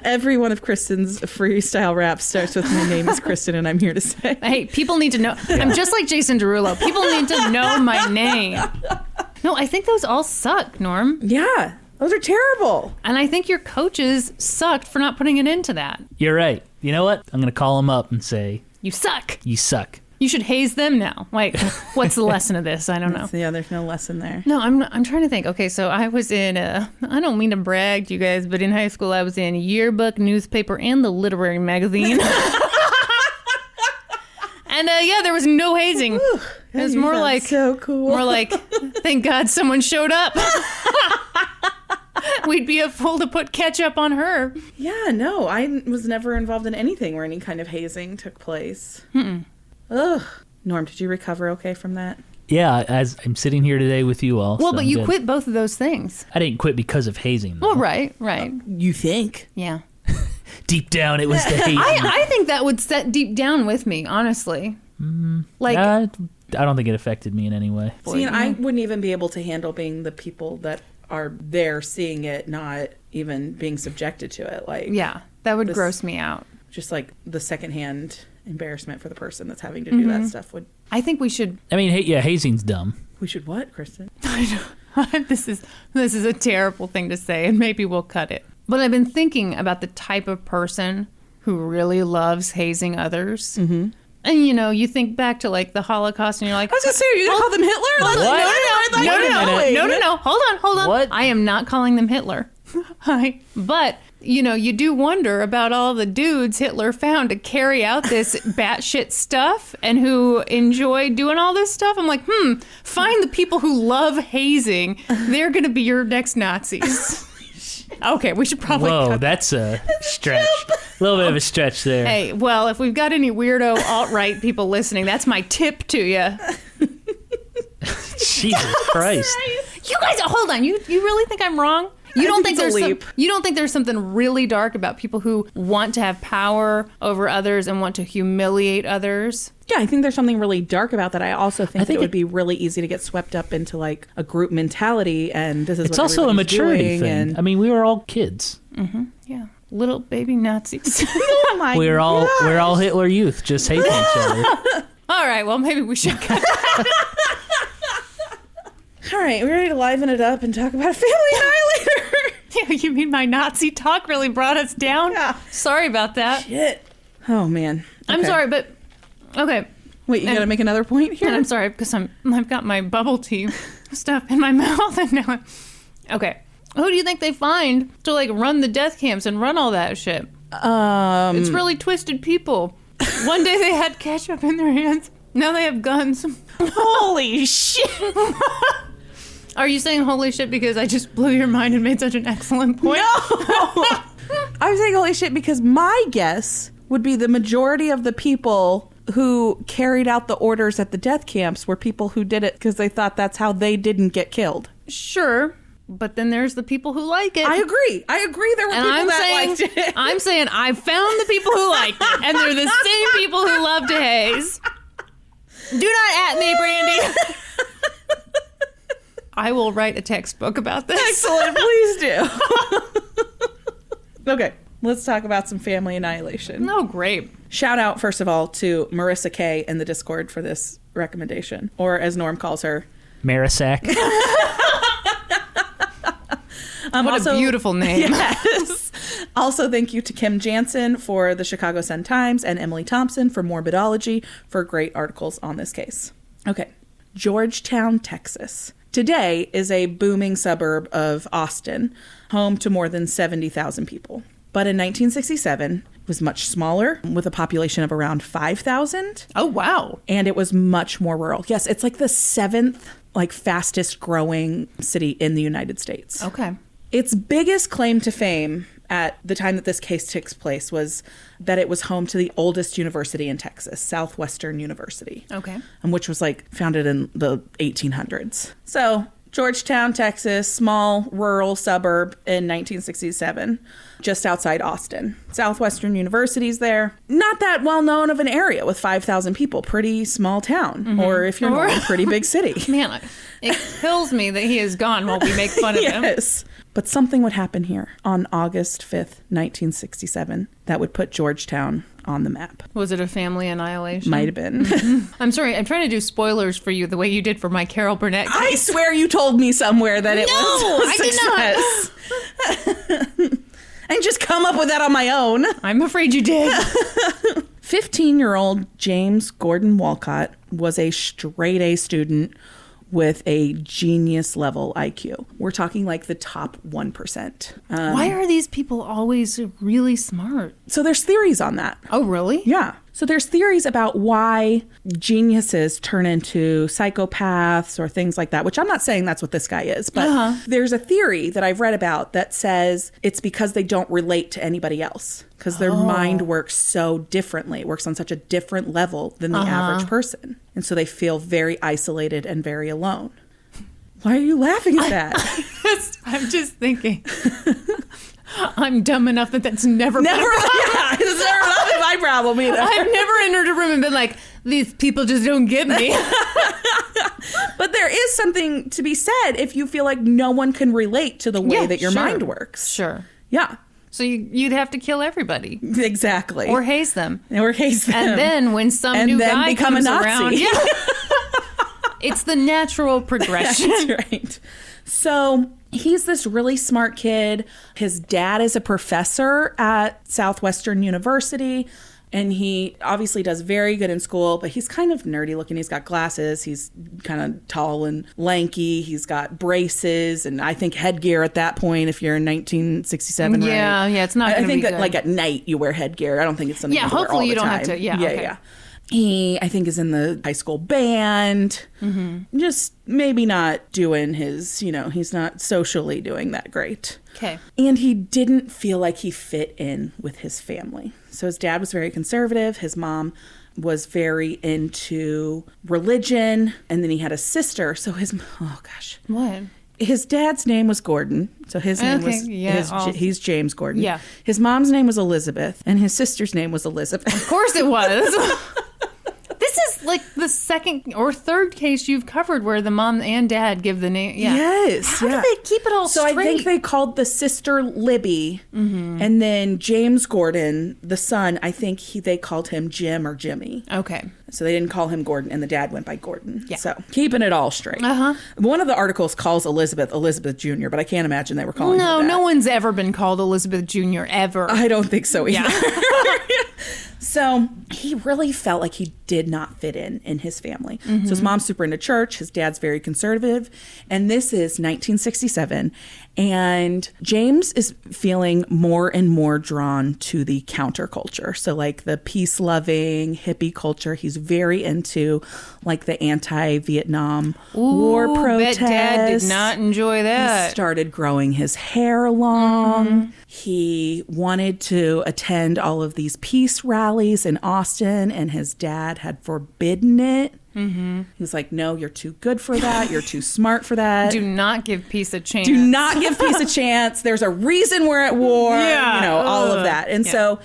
Speaker 2: every one of Kristen's freestyle raps starts with my name is Kristen and I'm here to say. *laughs*
Speaker 1: hey, people need to know. I'm just like Jason Derulo. People need to know my name. No, I think those all suck, Norm.
Speaker 2: Yeah. Those are terrible.
Speaker 1: And I think your coaches sucked for not putting an end to that.
Speaker 3: You're right. You know what? I'm gonna call them up and say
Speaker 1: You suck.
Speaker 3: you suck.
Speaker 1: You should haze them now. *laughs* Like, what's the lesson of this? I don't know.
Speaker 2: Yeah, there's no lesson there.
Speaker 1: No, I'm I'm trying to think. Okay, so I was in a I don't mean to brag to you guys, but in high school I was in yearbook, newspaper, and the literary magazine. *laughs* and uh, yeah, there was no hazing. it was
Speaker 2: You
Speaker 1: more
Speaker 2: sound
Speaker 1: like
Speaker 2: so cool.
Speaker 1: more like thank God someone showed up. *laughs* We'd be a fool to put ketchup on her.
Speaker 2: yeah, no, I was never involved in anything where any kind of hazing took place. Ugh. Norm, did you recover okay from that?
Speaker 3: Yeah, as I'm sitting here today with you all.
Speaker 1: Well,
Speaker 3: so
Speaker 1: but
Speaker 3: I'm
Speaker 1: you
Speaker 3: good.
Speaker 1: quit both of those things.
Speaker 3: I didn't quit because of hazing.
Speaker 1: Well,
Speaker 3: though.
Speaker 1: Oh, right, right,
Speaker 2: You think?
Speaker 1: yeah.
Speaker 3: Deep down, it was the
Speaker 1: *laughs*
Speaker 3: hazing.
Speaker 1: I, I think that would set deep down with me, honestly. Like,
Speaker 3: Uh, I don't think it affected me in any way.
Speaker 2: See, and I wouldn't even be able to handle being the people that are there seeing it, not even being subjected to it. Like,
Speaker 1: yeah, that would
Speaker 2: This-
Speaker 1: gross me out.
Speaker 2: just like the secondhand embarrassment for the person that's having to do that stuff would.
Speaker 1: I think we should. *laughs*
Speaker 3: I mean, ha- yeah, hazing's dumb.
Speaker 2: We should what, Kristen?
Speaker 1: *laughs* this is this is a terrible thing to say, and maybe we'll cut it. But I've been thinking about the type of person who really loves hazing others. Mm-hmm. And you know, you think back to like the Holocaust, and you're like,
Speaker 2: I was gonna say, are you gonna call them Hitler? That's-
Speaker 3: What?
Speaker 2: No, no, no, I thought
Speaker 1: no,
Speaker 2: you
Speaker 1: no,
Speaker 2: were
Speaker 1: no,
Speaker 2: going.
Speaker 1: no, no, no. Hold on, hold on.
Speaker 3: What?
Speaker 1: I am not calling them Hitler. Hi. But, you know, you do wonder about all the dudes Hitler found to carry out this batshit stuff and who enjoy doing all this stuff. I'm like, hmm, find the people who love hazing. They're going to be your next Nazis. okay, we should probably.
Speaker 3: Whoa,
Speaker 1: cut-
Speaker 3: that's a stretch. A little bit of a stretch there.
Speaker 1: Hey, well, if we've got any weirdo alt right people listening, that's my tip to you. *laughs*
Speaker 3: Jesus Christ.
Speaker 1: You guys, hold on. You you really think I'm wrong? You
Speaker 2: I
Speaker 1: don't think,
Speaker 2: think
Speaker 1: there's
Speaker 2: it's
Speaker 1: some,
Speaker 2: a leap.
Speaker 1: you don't think there's something really dark about people who want to have power over others and want to humiliate others?
Speaker 2: Yeah, I think there's something really dark about that. I also think, that
Speaker 3: think
Speaker 2: it would
Speaker 3: it-
Speaker 2: be really easy to get swept up into like a group mentality, and this is
Speaker 3: It's
Speaker 2: what
Speaker 3: also a
Speaker 2: everybody's
Speaker 3: maturity
Speaker 2: doing,
Speaker 3: thing.
Speaker 2: And
Speaker 3: I mean, we were all kids.
Speaker 1: Yeah, little baby *laughs* Nazis.
Speaker 2: I'm like,
Speaker 3: We were all
Speaker 2: yeah.
Speaker 3: we are all Hitler youth, just hating each other.
Speaker 1: *laughs* All right, well maybe we should. *laughs* Cut.
Speaker 2: all right. We're ready to liven it up and talk about Family *laughs* Annihilator.
Speaker 1: Yeah, you mean my Nazi talk really brought us down?
Speaker 2: Yeah.
Speaker 1: Sorry about that.
Speaker 2: Shit. Oh man.
Speaker 1: I'm
Speaker 2: Okay.
Speaker 1: sorry, but okay.
Speaker 2: Wait, you gotta make another point here.
Speaker 1: And I'm sorry because I'm I've got my bubble tea *laughs* stuff in my mouth and now. I'm, okay, who do you think they find to like run the death camps and run all that shit?
Speaker 2: Um,
Speaker 1: It's really twisted people. One day they had ketchup in their hands. Now they have guns.
Speaker 2: *laughs* holy shit.
Speaker 1: *laughs* Are you saying holy shit because I just blew your mind and made such an excellent point?
Speaker 2: No. *laughs* I'm saying holy shit because my guess would be the majority of the people who carried out the orders at the death camps were people who did it because they thought that's how they didn't get killed.
Speaker 1: *laughs* Sure, but then there's the people who like it.
Speaker 2: I agree. I agree. There were
Speaker 1: and
Speaker 2: people
Speaker 1: I'm
Speaker 2: that
Speaker 1: saying,
Speaker 2: liked it.
Speaker 1: *laughs*
Speaker 2: *laughs*
Speaker 1: I'm saying I found the people who like it, and they're the same people who love to haze. Do not at me,
Speaker 2: *laughs*
Speaker 1: Brandy. I will write a textbook about this. *laughs*
Speaker 2: Excellent. Please do. *laughs* okay. Let's talk about some family annihilation.
Speaker 1: Oh, great.
Speaker 2: Shout out, first of all, to Marissa Kay in the Discord for this recommendation, or as Norm calls her.
Speaker 1: *laughs*
Speaker 3: Marisak.
Speaker 2: Um,
Speaker 1: What a
Speaker 2: also- *laughs*
Speaker 1: beautiful name.
Speaker 2: Yes. Also, thank you to Kim Jansen for the Chicago Sun Times and Emily Thompson for Morbidology for great articles on this case. Okay. Georgetown, Texas. Today is a booming suburb of Austin, home to more than 70,000 people. But in 1967, it was much smaller, with a population of around 5,000
Speaker 1: Oh, wow.
Speaker 2: and it was much more rural. Yes, it's like the seventh like fastest growing city in the United States.
Speaker 1: Okay.
Speaker 2: Its biggest claim to fame at the time that this case takes place was that it was home to the oldest university in Texas, Southwestern University.
Speaker 1: Okay.
Speaker 2: And which was like founded in the 1800s. So, Georgetown, Texas, small rural suburb in 1967, just outside Austin. Southwestern University's there. Not that well known of an area with 5,000 people, pretty small town, or if you're
Speaker 1: Mm-hmm. Or-
Speaker 2: normal, pretty big
Speaker 1: *laughs*
Speaker 2: city.
Speaker 1: Man, I- it kills me that he is gone while we make *laughs*
Speaker 2: *laughs*
Speaker 1: fun of him.
Speaker 2: yes. But something would happen here on August 5th, 1967, that would put Georgetown on the map.
Speaker 1: Was it a family annihilation?
Speaker 2: Might have been.
Speaker 1: I'm sorry, I'm trying to do spoilers for you the way you did for my Carol Burnett. *laughs*
Speaker 2: *laughs* I swear you told me somewhere that it
Speaker 1: No,
Speaker 2: was
Speaker 1: I
Speaker 2: a
Speaker 1: did not.
Speaker 2: success. and just come up with that on my own.
Speaker 1: I'm afraid you did.
Speaker 2: 15 year old James Gordon Walcott was a straight A student with a genius level IQ. We're talking like the top 1%. *laughs* Um,
Speaker 1: Why are these people always really smart?
Speaker 2: so there's theories on that.
Speaker 1: Oh, really?
Speaker 2: Yeah. So there's theories about why geniuses turn into psychopaths or things like that, which I'm not saying that's what this guy is, but there's a theory that I've read about that says it's because they don't relate to anybody else because their mind works so differently, It works on such a different level than the average person. And so they feel very isolated and very alone. Why are you laughing at that?
Speaker 1: I'm just thinking. *laughs* I'm dumb enough that that's never.
Speaker 2: *laughs* never, yeah, it's never not my problem *laughs* either.
Speaker 1: *laughs* I've never entered a room and been like, these people just don't get
Speaker 2: *laughs*
Speaker 1: me.
Speaker 2: But there is something to be said if you feel like no one can relate to the way
Speaker 1: Yeah,
Speaker 2: that your
Speaker 1: sure.
Speaker 2: mind works.
Speaker 1: sure.
Speaker 2: Yeah, *laughs*
Speaker 1: So you, you'd have to kill everybody
Speaker 2: exactly.
Speaker 1: or haze them.
Speaker 2: or haze them.
Speaker 1: And then when some
Speaker 2: And
Speaker 1: new
Speaker 2: then
Speaker 1: guy
Speaker 2: become a
Speaker 1: comes
Speaker 2: Nazi.
Speaker 1: around, yeah.
Speaker 2: *laughs* *laughs*
Speaker 1: it's the natural progression. *laughs*
Speaker 2: That's right. So he's this really smart kid. His dad is a professor at Southwestern University. And he obviously does very good in school, but he's kind of nerdy looking. He's got glasses. He's kind of tall and lanky. He's got braces and I think headgear at that point. If you're in 1967,
Speaker 1: Yeah,
Speaker 2: right?
Speaker 1: yeah, it's not
Speaker 2: I, I
Speaker 1: gonna
Speaker 2: think
Speaker 1: be
Speaker 2: that
Speaker 1: good.
Speaker 2: like at night you wear headgear. I don't think it's something.
Speaker 1: Yeah,
Speaker 2: you wear all
Speaker 1: hopefully you
Speaker 2: the
Speaker 1: don't have
Speaker 2: time.
Speaker 1: to- yeah,
Speaker 2: yeah,
Speaker 1: okay.
Speaker 2: yeah. He, I think, is in the high school band.
Speaker 1: Mm-hmm.
Speaker 2: Just maybe not doing his, you know, he's not socially doing that great.
Speaker 1: Okay.
Speaker 2: And he didn't feel like he fit in with his family. So his dad was very conservative. His mom was very into religion. And then he had a sister. So his, oh gosh.
Speaker 1: What?
Speaker 2: His dad's name was Gordon, so his name
Speaker 1: Okay,
Speaker 2: was
Speaker 1: yeah,
Speaker 2: his,
Speaker 1: all-
Speaker 2: he's James Gordon.
Speaker 1: Yeah.
Speaker 2: His mom's name was Elizabeth, and his sister's name was *laughs* Elizabeth.
Speaker 1: Of course it was. this is like the second or third case you've covered where the mom and dad give the name. Yeah.
Speaker 2: Yes.
Speaker 1: How
Speaker 2: yeah.
Speaker 1: do they keep it all
Speaker 2: So
Speaker 1: straight? Mm-hmm.
Speaker 2: I think they called the sister Libby, and then James Gordon, the son. I think he they called him Jim or Jimmy.
Speaker 1: okay.
Speaker 2: So they didn't call him Gordon, and the dad went by Gordon.
Speaker 1: Yeah.
Speaker 2: So keeping it all straight.
Speaker 1: Uh-huh.
Speaker 2: One of the articles calls Elizabeth Elizabeth Jr., but I can't imagine they were calling her
Speaker 1: No,
Speaker 2: that.
Speaker 1: no one's ever been called Elizabeth Jr. ever.
Speaker 2: *laughs* I don't think so
Speaker 1: yeah.
Speaker 2: either.
Speaker 1: *laughs*
Speaker 2: So he really felt like he did not fit in in his family. So
Speaker 1: Mm-hmm.
Speaker 2: his mom's super into church, his dad's very conservative, and this is 1967. And James is feeling more and more drawn to the counterculture. So, like the peace loving hippie culture, he's very into like the anti Vietnam War
Speaker 1: Ooh, bet
Speaker 2: protests.
Speaker 1: dad did not enjoy
Speaker 2: He
Speaker 1: that.
Speaker 2: started growing his hair long. He wanted to attend all of these peace rallies in Austin, and his dad had forbidden it. Mm-hmm. He was like, No, you're too good for that. You're too smart for that.
Speaker 1: *laughs* Do not give peace a chance.
Speaker 2: Do not give
Speaker 1: *laughs*
Speaker 2: peace a chance. There's a reason we're at war.
Speaker 1: Yeah.
Speaker 2: You know, all
Speaker 1: Ugh.
Speaker 2: of that. And so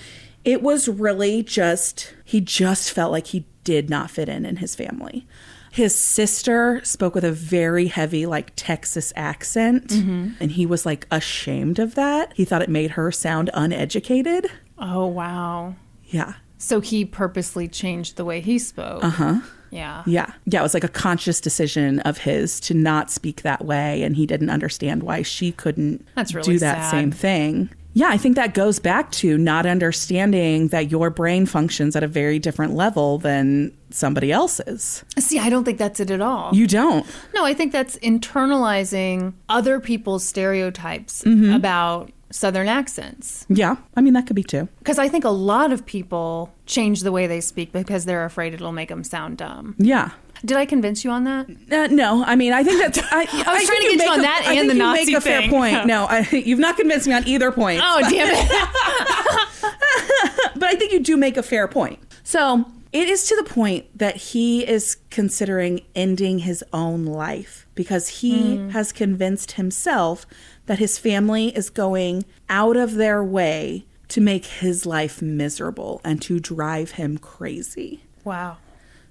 Speaker 2: it was really just, he just felt like he did not fit in in his family. His sister spoke with a very heavy, like Texas accent,
Speaker 1: Mm-hmm.
Speaker 2: and he was like ashamed of that. He thought it made her sound uneducated.
Speaker 1: Oh wow.
Speaker 2: Yeah.
Speaker 1: So he purposely changed the way he spoke. Uh
Speaker 2: Uh-huh.
Speaker 1: huh. Yeah.
Speaker 2: Yeah. Yeah. It was like a conscious decision of his to not speak that way. And he didn't understand why she couldn't
Speaker 1: That's really
Speaker 2: do that
Speaker 1: sad.
Speaker 2: same thing. Yeah. I think that goes back to not understanding that your brain functions at a very different level than somebody else's.
Speaker 1: See, I don't think that's it at all.
Speaker 2: You don't.
Speaker 1: No, I think that's internalizing other people's stereotypes about Southern accents.
Speaker 2: Yeah. I mean, that could be too.
Speaker 1: Because I think a lot of people change the way they speak because they're afraid it'll make them sound dumb.
Speaker 2: Yeah.
Speaker 1: Did I convince you on that?
Speaker 2: Uh, no, I mean, I
Speaker 1: *laughs*
Speaker 2: think that's. I, I
Speaker 1: trying
Speaker 2: think
Speaker 1: to
Speaker 2: you
Speaker 1: get you
Speaker 2: make
Speaker 1: on
Speaker 2: a-
Speaker 1: that
Speaker 2: I
Speaker 1: and
Speaker 2: think
Speaker 1: the
Speaker 2: you
Speaker 1: Nazi
Speaker 2: make a fair
Speaker 1: thing. *laughs*
Speaker 2: point. No, I, you've not convinced me on either point.
Speaker 1: Oh, damn it. *laughs*
Speaker 2: but I think you do make a fair point. So it is to the point that he is considering ending his own life because he has convinced himself that his family is going out of their way to make his life miserable and to drive him crazy.
Speaker 1: wow.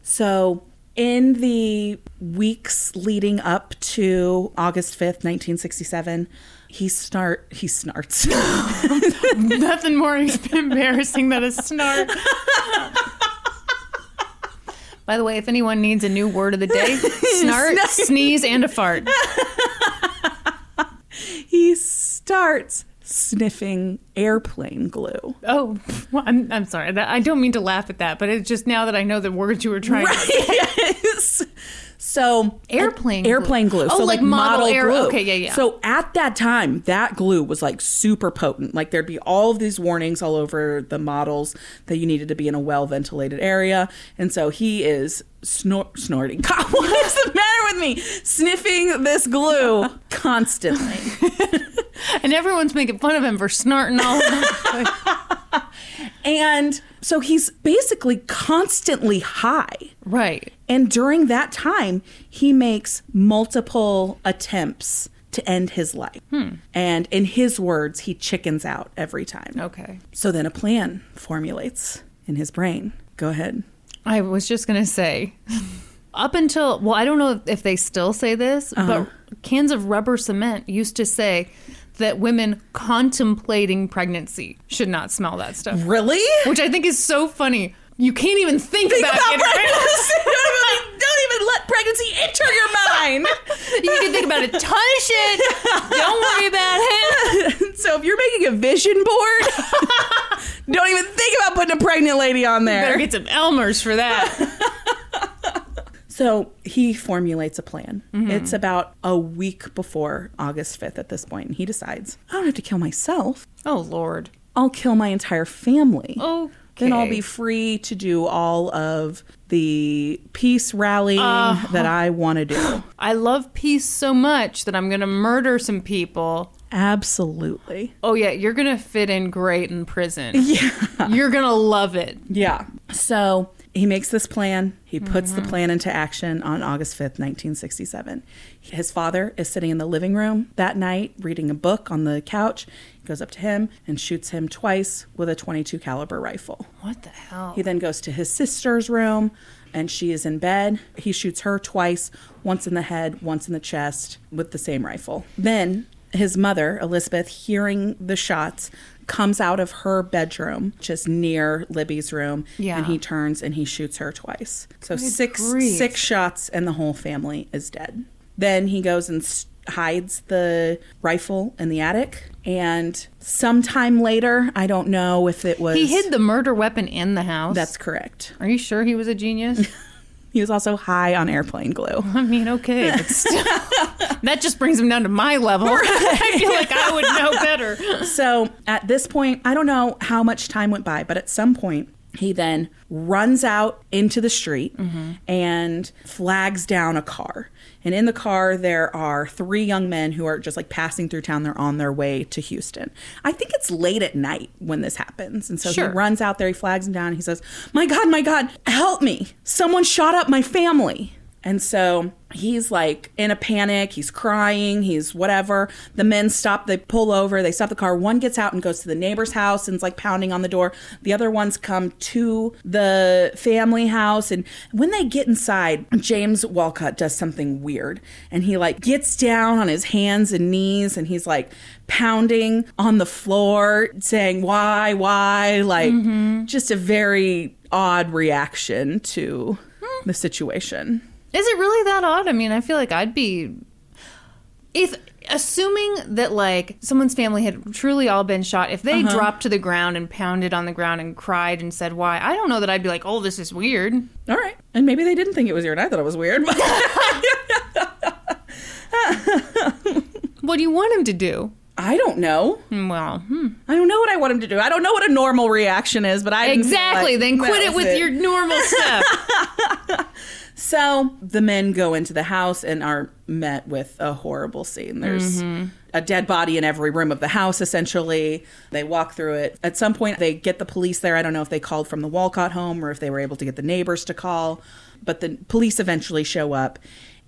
Speaker 2: So, in the weeks leading up to August 5th, 1967, he snart he *laughs* snarts.
Speaker 1: *laughs* Nothing more embarrassing than a *laughs* snark. By the way, if anyone needs a new word of the day, *laughs* snart, sneeze, and a fart.
Speaker 2: he starts sniffing airplane glue.
Speaker 1: Oh, *laughs* well, I'm, I'm sorry. That, I don't mean to laugh at that, but it's just now that I know the words you were trying to
Speaker 2: *laughs* Yes. So
Speaker 1: Airplane glue.
Speaker 2: airplane glue.
Speaker 1: Oh,
Speaker 2: so
Speaker 1: like
Speaker 2: like,
Speaker 1: model
Speaker 2: model,
Speaker 1: air-
Speaker 2: glue.
Speaker 1: okay, yeah, yeah.
Speaker 2: So at that time, that glue was like super potent. Like there'd be all of these warnings all over the models that you needed to be in a well ventilated area, and so he is snor- snorting. *laughs* God, what is the matter with me? Sniffing this
Speaker 1: *laughs*
Speaker 2: glue constantly.
Speaker 1: *laughs* And everyone's making fun of him for snarting all
Speaker 2: *laughs*
Speaker 1: over.
Speaker 2: And so he's basically constantly high.
Speaker 1: right.
Speaker 2: And during that time, he makes multiple attempts to end his life.
Speaker 1: Hmm.
Speaker 2: And in his words, he chickens out every time.
Speaker 1: Okay.
Speaker 2: So then a plan formulates in his brain. Go ahead.
Speaker 1: I was just going to say up until, well, I don't know if they still say this,
Speaker 2: Uh-huh.
Speaker 1: but cans of rubber cement used to say that women contemplating pregnancy should not smell that stuff,
Speaker 2: Really?
Speaker 1: which I think is so funny. You can't even think,
Speaker 2: Think
Speaker 1: about,
Speaker 2: about
Speaker 1: getting pregnant. *laughs*
Speaker 2: pregnancy. Don't even let pregnancy enter your mind. *laughs*
Speaker 1: You can think about a ton of shit. Don't worry about it.
Speaker 2: So if you're making a vision board, *laughs* don't even think about putting a pregnant lady on
Speaker 1: Better
Speaker 2: there.
Speaker 1: get some Elmers for that.
Speaker 2: So he formulates a plan.
Speaker 1: Mm-hmm.
Speaker 2: It's about a week before August 5th at this point, and he decides, I don't have to kill myself.
Speaker 1: Oh Lord.
Speaker 2: I'll kill my entire family.
Speaker 1: Okay.
Speaker 2: Then I'll be free to do all of the peace rallying
Speaker 1: Uh-huh.
Speaker 2: that I want to do. *gasps*
Speaker 1: I love peace so much that I'm gonna murder some people.
Speaker 2: Absolutely.
Speaker 1: Oh yeah, you're gonna fit in great in prison. Yeah. You're gonna love it.
Speaker 2: Yeah. So he makes this plan. He puts the plan into action on August 5th, 1967. His father is sitting in the living room that night reading a book on the couch. He goes up to him and shoots him twice with a 22 caliber rifle.
Speaker 1: What the hell?
Speaker 2: He then goes to his sister's room and she is in bed. He shoots her twice, once in the head, once in the chest with the same rifle. Then his mother, Elizabeth, hearing the shots, comes out of her bedroom, just near Libby's room,
Speaker 1: Yeah.
Speaker 2: and he turns and he shoots her twice. So six
Speaker 1: grief.
Speaker 2: six shots and the whole family is dead. Then he goes and s- hides the rifle in the attic and sometime later, I don't know if it was
Speaker 1: He hid the murder weapon in the house.
Speaker 2: That's correct.
Speaker 1: Are you sure he was a genius?
Speaker 2: He was also high on airplane glue.
Speaker 1: *laughs* I mean, okay, but *laughs* still, that just brings him down to my level. *laughs* I feel like I would know better.
Speaker 2: so at this point, I don't know how much time went by, but at some point, he then runs out into the street and flags down a car. And in the car, there are three young men who are just like passing through town. They're on their way to Houston. I think it's late at night when this happens. And so
Speaker 1: Sure.
Speaker 2: he runs out there, he flags them down, and he says, My God, my God, help me. Someone shot up my family. And so he's like in a panic. He's crying. He's whatever. The men stop. They pull over. They stop the car. One gets out and goes to the neighbor's house and is like pounding on the door. The other ones come to the family house. And when they get inside, James Walcott does something weird. And he like gets down on his hands and knees and he's like pounding on the floor, saying, Why, why? Like
Speaker 1: Mm-hmm.
Speaker 2: just a very odd reaction to
Speaker 1: Hmm.
Speaker 2: the situation.
Speaker 1: Is it really that odd? I mean, I feel like I'd be if assuming that like someone's family had truly all been shot. If they
Speaker 2: Uh-huh.
Speaker 1: dropped to the ground and pounded on the ground and cried and said why, I don't know that I'd be like, oh, this is weird.
Speaker 2: All right. And maybe they didn't think it was weird. I thought it was weird. But *laughs*
Speaker 1: What do you want him to do?
Speaker 2: I don't know.
Speaker 1: Hmm, Well, hmm.
Speaker 2: I don't know what I want him to do. I don't know what a normal reaction is, but I didn't feel
Speaker 1: exactly.
Speaker 2: like
Speaker 1: then
Speaker 2: that
Speaker 1: quit it
Speaker 2: was
Speaker 1: with your
Speaker 2: *laughs*
Speaker 1: normal stuff.
Speaker 2: So the men go into the house and are met with a horrible scene. There's
Speaker 1: Mm-hmm.
Speaker 2: a dead body in every room of the house, essentially. They walk through it. At some point, they get the police there. I don't know if they called from the Walcott home or if they were able to get the neighbors to call, but the police eventually show up.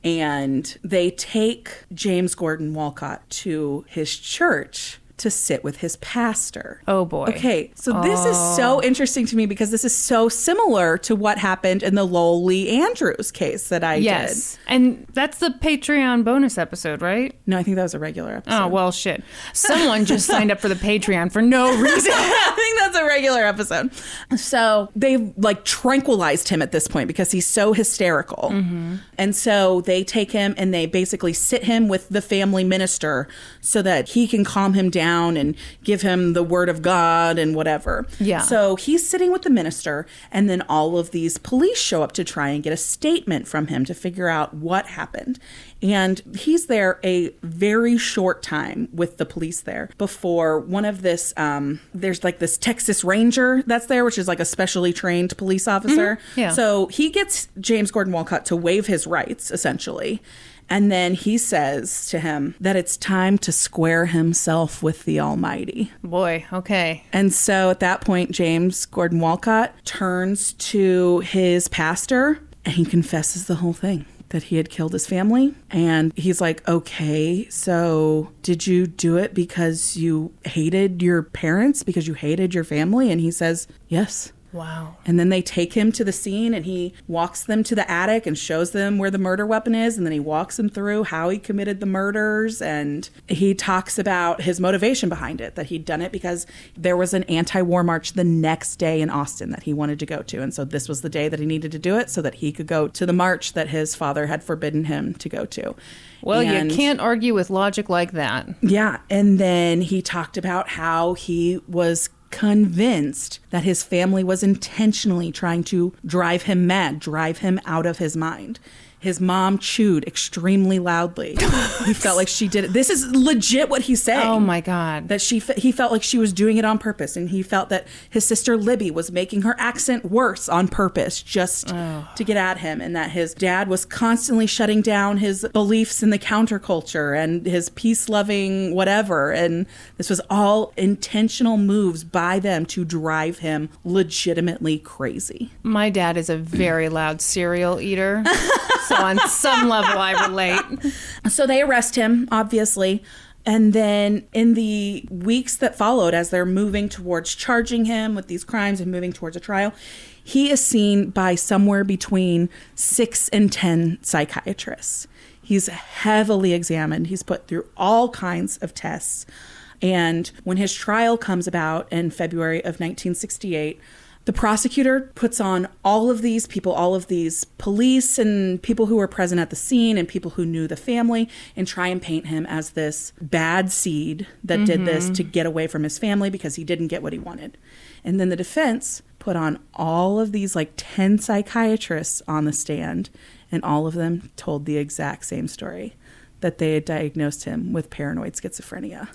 Speaker 2: And they take James Gordon Walcott to his church to sit with his pastor.
Speaker 1: Oh, boy.
Speaker 2: Okay, so this is so interesting to me because this is so similar to what happened in the Lowell Lee Andrews case that I
Speaker 1: yes, and that's the Patreon bonus episode, right?
Speaker 2: did. No, I think that was a regular episode.
Speaker 1: Oh well, shit. Someone just signed up for the Patreon for no reason.
Speaker 2: *laughs* *laughs* I think that's a regular episode. So they like tranquilized him at this point because he's so hysterical.
Speaker 1: Mm-hmm.
Speaker 2: And so they take him and they basically sit him with the family minister so that he can calm him down and give him the word of God and whatever.
Speaker 1: Yeah.
Speaker 2: So he's sitting with the minister, and then all of these police show up to try and get a statement from him to figure out what happened. And he's there a very short time with the police there before one of this, um, there's like this Texas Ranger that's there, which is like a specially trained police officer.
Speaker 1: Yeah.
Speaker 2: So he gets James Gordon Walcott to waive his rights, essentially. And then he says to him that it's time to square himself with the Almighty.
Speaker 1: Boy, okay.
Speaker 2: And so at that point, James Gordon Walcott turns to his pastor and he confesses the whole thing that he had killed his family. And he's like, okay, so did you do it because you hated your parents, because you hated your family? And he says, yes.
Speaker 1: Wow.
Speaker 2: And then they take him to the scene and he walks them to the attic and shows them where the murder weapon is. And then he walks them through how he committed the murders. And he talks about his motivation behind it that he'd done it because there was an anti war march the next day in Austin that he wanted to go to. And so this was the day that he needed to do it so that he could go to the march that his father had forbidden him to go to.
Speaker 1: Well,
Speaker 2: And-
Speaker 1: you can't argue with logic like that.
Speaker 2: yeah. And then he talked about how he was convinced that his family was intentionally trying to drive him mad, drive him out of his mind. His mom chewed
Speaker 1: *laughs*
Speaker 2: extremely loudly. he felt like she did it. This is legit what he's saying.
Speaker 1: Oh my God.
Speaker 2: That she fe- he felt like she was doing it on purpose, and he felt that his sister Libby was making her accent worse on purpose just to get at him, and that his dad was constantly shutting down his beliefs in the counterculture and his peace loving whatever, and this was all intentional moves by them to drive him legitimately crazy.
Speaker 1: My dad is a very loud cereal eater. so, *laughs* on some level, I relate.
Speaker 2: So they arrest him, obviously. And then in the weeks that followed, as they're moving towards charging him with these crimes and moving towards a trial, he is seen by somewhere between six and 10 psychiatrists. He's heavily examined, he's put through all kinds of tests. And when his trial comes about in February of 1968, the prosecutor puts on all of these people, all of these police and people who were present at the scene and people who knew the family, and try and paint him as this bad seed that did this to get away from his family because he didn't get what he wanted. And then the defense put on all of these like 10 psychiatrists on the stand, and all of them told the exact same story that they had diagnosed him with paranoid schizophrenia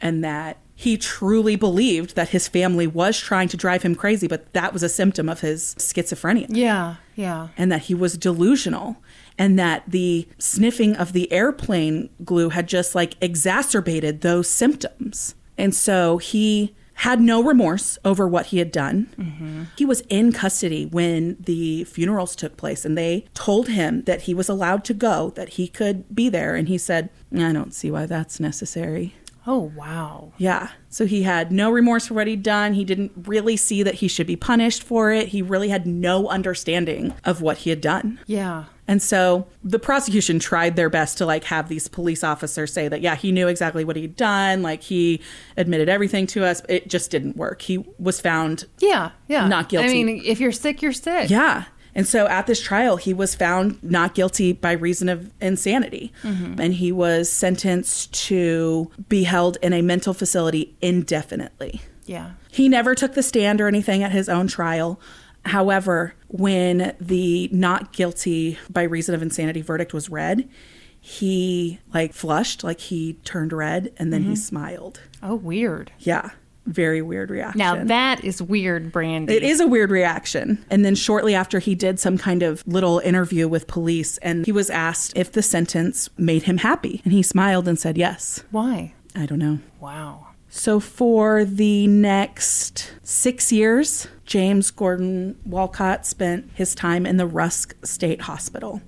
Speaker 2: and that he truly believed that his family was trying to drive him crazy, but that was a symptom of his schizophrenia
Speaker 1: Yeah, yeah.
Speaker 2: and that he was delusional and that the sniffing of the airplane glue had just like exacerbated those symptoms. And so he had no remorse over what he had done. He was in custody when the funerals took place and they told him that he was allowed to go, that he could be there. And he said, I don't see why that's necessary.
Speaker 1: Oh, wow.
Speaker 2: Yeah. So he had no remorse for what he'd done. He didn't really see that he should be punished for it. He really had no understanding of what he had done.
Speaker 1: Yeah.
Speaker 2: And so the prosecution tried their best to like have these police officers say that yeah, he knew exactly what he'd done, like he admitted everything to us. It just didn't work. He was found
Speaker 1: Yeah, yeah.
Speaker 2: Not guilty.
Speaker 1: I mean, if you're sick, you're sick.
Speaker 2: yeah. And so at this trial, he was found not guilty by reason of insanity. And he was sentenced to be held in a mental facility indefinitely.
Speaker 1: Yeah.
Speaker 2: He never took the stand or anything at his own trial. However, when the not guilty by reason of insanity verdict was read, he like flushed, like he turned red, and then
Speaker 1: Mm-hmm.
Speaker 2: he smiled.
Speaker 1: Oh, weird.
Speaker 2: Yeah, very weird reaction.
Speaker 1: Now, that is weird, Brandy.
Speaker 2: It is a weird reaction. And then shortly after, he did some kind of little interview with police, and he was asked if the sentence made him happy. And he smiled and said, Yes.
Speaker 1: Why?
Speaker 2: I don't know.
Speaker 1: Wow.
Speaker 2: So for the next six years, James Gordon Walcott spent his time in the Rusk State Hospital.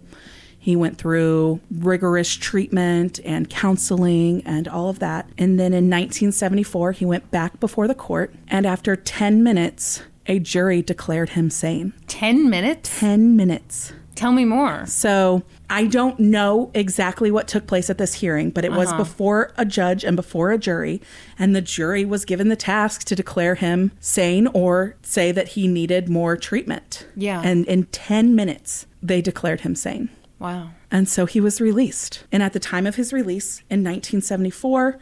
Speaker 2: He went through rigorous treatment and counseling and all of that. And then in 1974, he went back before the court. And after 10 minutes, a jury declared him sane.
Speaker 1: 10 minutes?
Speaker 2: 10 minutes.
Speaker 1: Tell me more.
Speaker 2: So I don't know exactly what took place at this hearing, but it was before a judge and before a jury. And the jury was given the task to declare him sane or say that he needed more treatment.
Speaker 1: Yeah.
Speaker 2: And in 10 minutes, they declared him sane.
Speaker 1: Wow.
Speaker 2: And so he was released. And at the time of his release in 1974,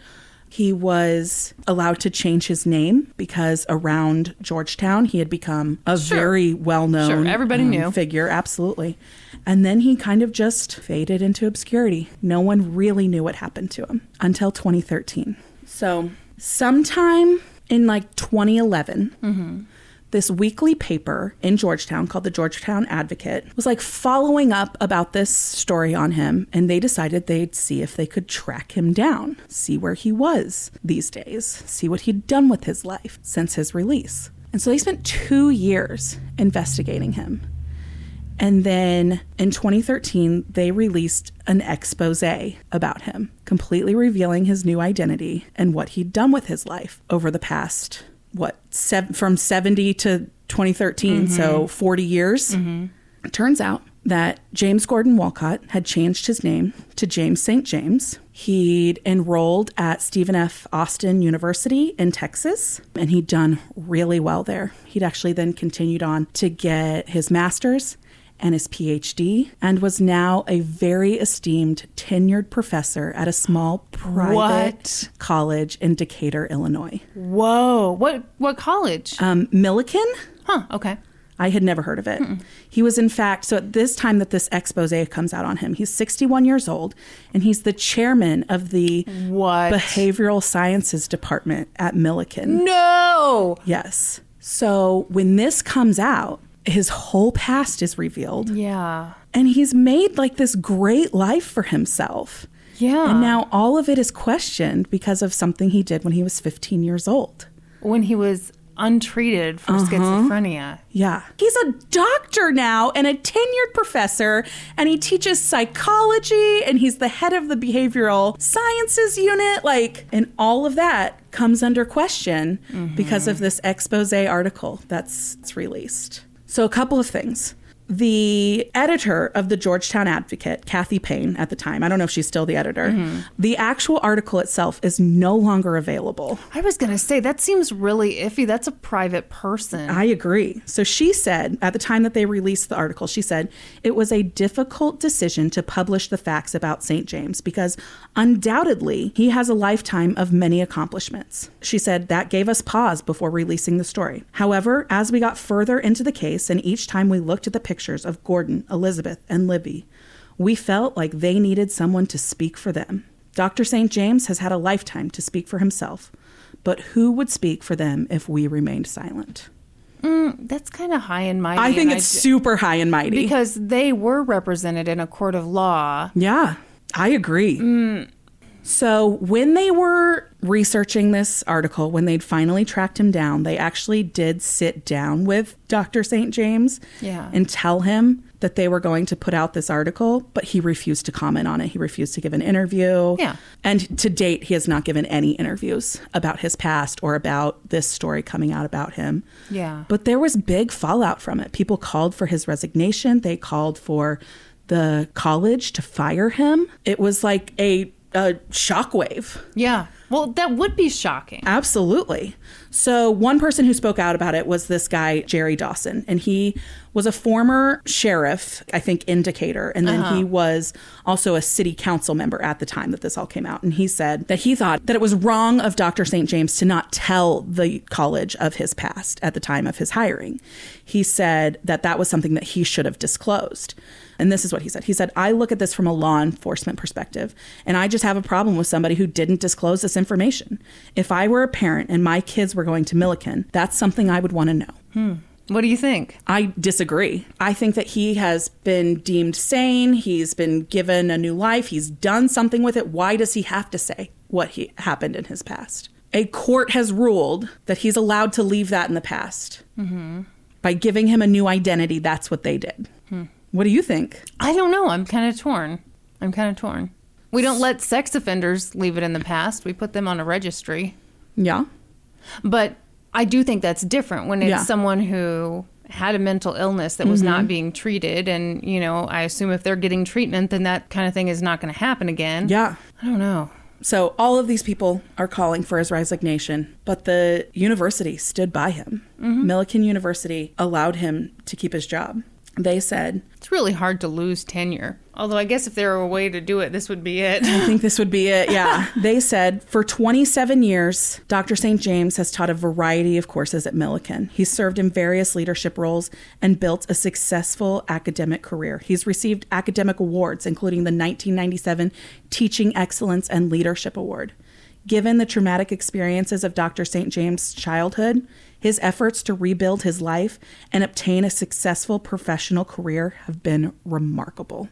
Speaker 2: he was allowed to change his name because around Georgetown he had become a very well-known um,
Speaker 1: Sure, everybody knew.
Speaker 2: figure, absolutely. And then he kind of just faded into obscurity. No one really knew what happened to him until 2013. So, sometime in like 2011, this weekly paper in Georgetown called the Georgetown Advocate was like following up about this story on him, and they decided they'd see if they could track him down, see where he was these days, see what he'd done with his life since his release. And so they spent two years investigating him. And then in 2013, they released an expose about him, completely revealing his new identity and what he'd done with his life over the past, what, sev- from 70 to 2013, so 40 years. It turns out that James Gordon Walcott had changed his name to James St. James. He'd enrolled at Stephen F. Austin University in Texas, and he'd done really well there. He'd actually then continued on to get his master's and his PhD, and was now a very esteemed tenured professor at a small private
Speaker 1: What?
Speaker 2: college in Decatur, Illinois.
Speaker 1: Whoa. What what college?
Speaker 2: Um, Milliken?
Speaker 1: huh. Okay.
Speaker 2: I had never heard of it. He was, in fact, so at this time that this expose comes out on him, he's 61 years old and he's the chairman of the
Speaker 1: What?
Speaker 2: Behavioral Sciences Department at Milliken.
Speaker 1: no.
Speaker 2: Yes. So when this comes out, his whole past is revealed
Speaker 1: Yeah.
Speaker 2: and he's made like this great life for himself.
Speaker 1: Yeah.
Speaker 2: And now all of it is questioned because of something he did when he was 15 years old.
Speaker 1: When he was untreated for schizophrenia.
Speaker 2: Yeah. He's a doctor now and a tenured professor, and he teaches psychology, and he's the head of the behavioral sciences unit. Like, and all of that comes under question because of this expose article that's, that's released. So, a couple of things. The editor of the Georgetown Advocate, Kathy Payne, at the time, I don't know if she's still the editor, the actual article itself is no longer available.
Speaker 1: I was going to say that seems really iffy. That's a private person.
Speaker 2: I agree. So she said at the time that they released the article, she said it was a difficult decision to publish the facts about St. James because undoubtedly he has a lifetime of many accomplishments. She said that gave us pause before releasing the story. However, as we got further into the case and each time we looked at the pictures of Gordon, Elizabeth, and Libby, we felt like they needed someone to speak for them. Dr. St. James has had a lifetime to speak for himself. But who would speak for them if we remained silent?
Speaker 1: That's kind of high and mighty.
Speaker 2: I think
Speaker 1: and
Speaker 2: it's
Speaker 1: d-
Speaker 2: super high and mighty.
Speaker 1: because they were represented in a court of law.
Speaker 2: yeah, I agree.
Speaker 1: Mm.
Speaker 2: So when they were researching this article, when they'd finally tracked him down, they actually did sit down with Dr. St. James
Speaker 1: Yeah.
Speaker 2: and tell him that they were going to put out this article, but he refused to comment on it. He refused to give an interview.
Speaker 1: Yeah.
Speaker 2: And to date, he has not given any interviews about his past or about this story coming out about him.
Speaker 1: Yeah.
Speaker 2: But there was big fallout from it. People called for his resignation. They called for the college to fire him. It was like a, a shockwave.
Speaker 1: Yeah. Well, that would be shocking.
Speaker 2: Absolutely. So, one person who spoke out about it was this guy, Jerry Dawson, and he was a former sheriff, I think, in Decatur. And then he was also a city council member at the time that this all came out. And he said that he thought that it was wrong of Dr. St. James to not tell the college of his past at the time of his hiring. He said that that was something that he should have disclosed. And this is what he said. He said, I look at this from a law enforcement perspective, and I just have a problem with somebody who didn't disclose this information. If I were a parent and my kids were going to Milliken, that's something I would want to know.
Speaker 1: What do you think?
Speaker 2: I disagree. I think that he has been deemed sane. He's been given a new life. He's done something with it. Why does he have to say what he happened in his past? A court has ruled that he's allowed to leave that in the past. By giving him a new identity, that's what they did. What do you think?
Speaker 1: I don't know. I'm kind of torn. I'm kind of torn. We don't let sex offenders leave it in the past. We put them on a registry.
Speaker 2: Yeah.
Speaker 1: But I do think that's different when it's
Speaker 2: Yeah. Mm-hmm.
Speaker 1: someone who had a mental illness that was not being treated and, you know, I assume if they're getting treatment then that kind of thing is not going to happen again.
Speaker 2: Yeah.
Speaker 1: I don't know.
Speaker 2: So all of these people are calling for his resignation, but the university stood by him. Millikan University allowed him to keep his job. They said,
Speaker 1: It's really hard to lose tenure. Although I guess if there were a way to do it, this would be it. *laughs*
Speaker 2: I think this would be it. Yeah. they said, for 27 years, Dr. St. James has taught a variety of courses at Millikan. He's served in various leadership roles and built a successful academic career. He's received academic awards, including the 1997 Teaching Excellence and Leadership Award. Given the traumatic experiences of Dr. St. James' childhood, his efforts to rebuild his life and obtain a successful professional career have been remarkable.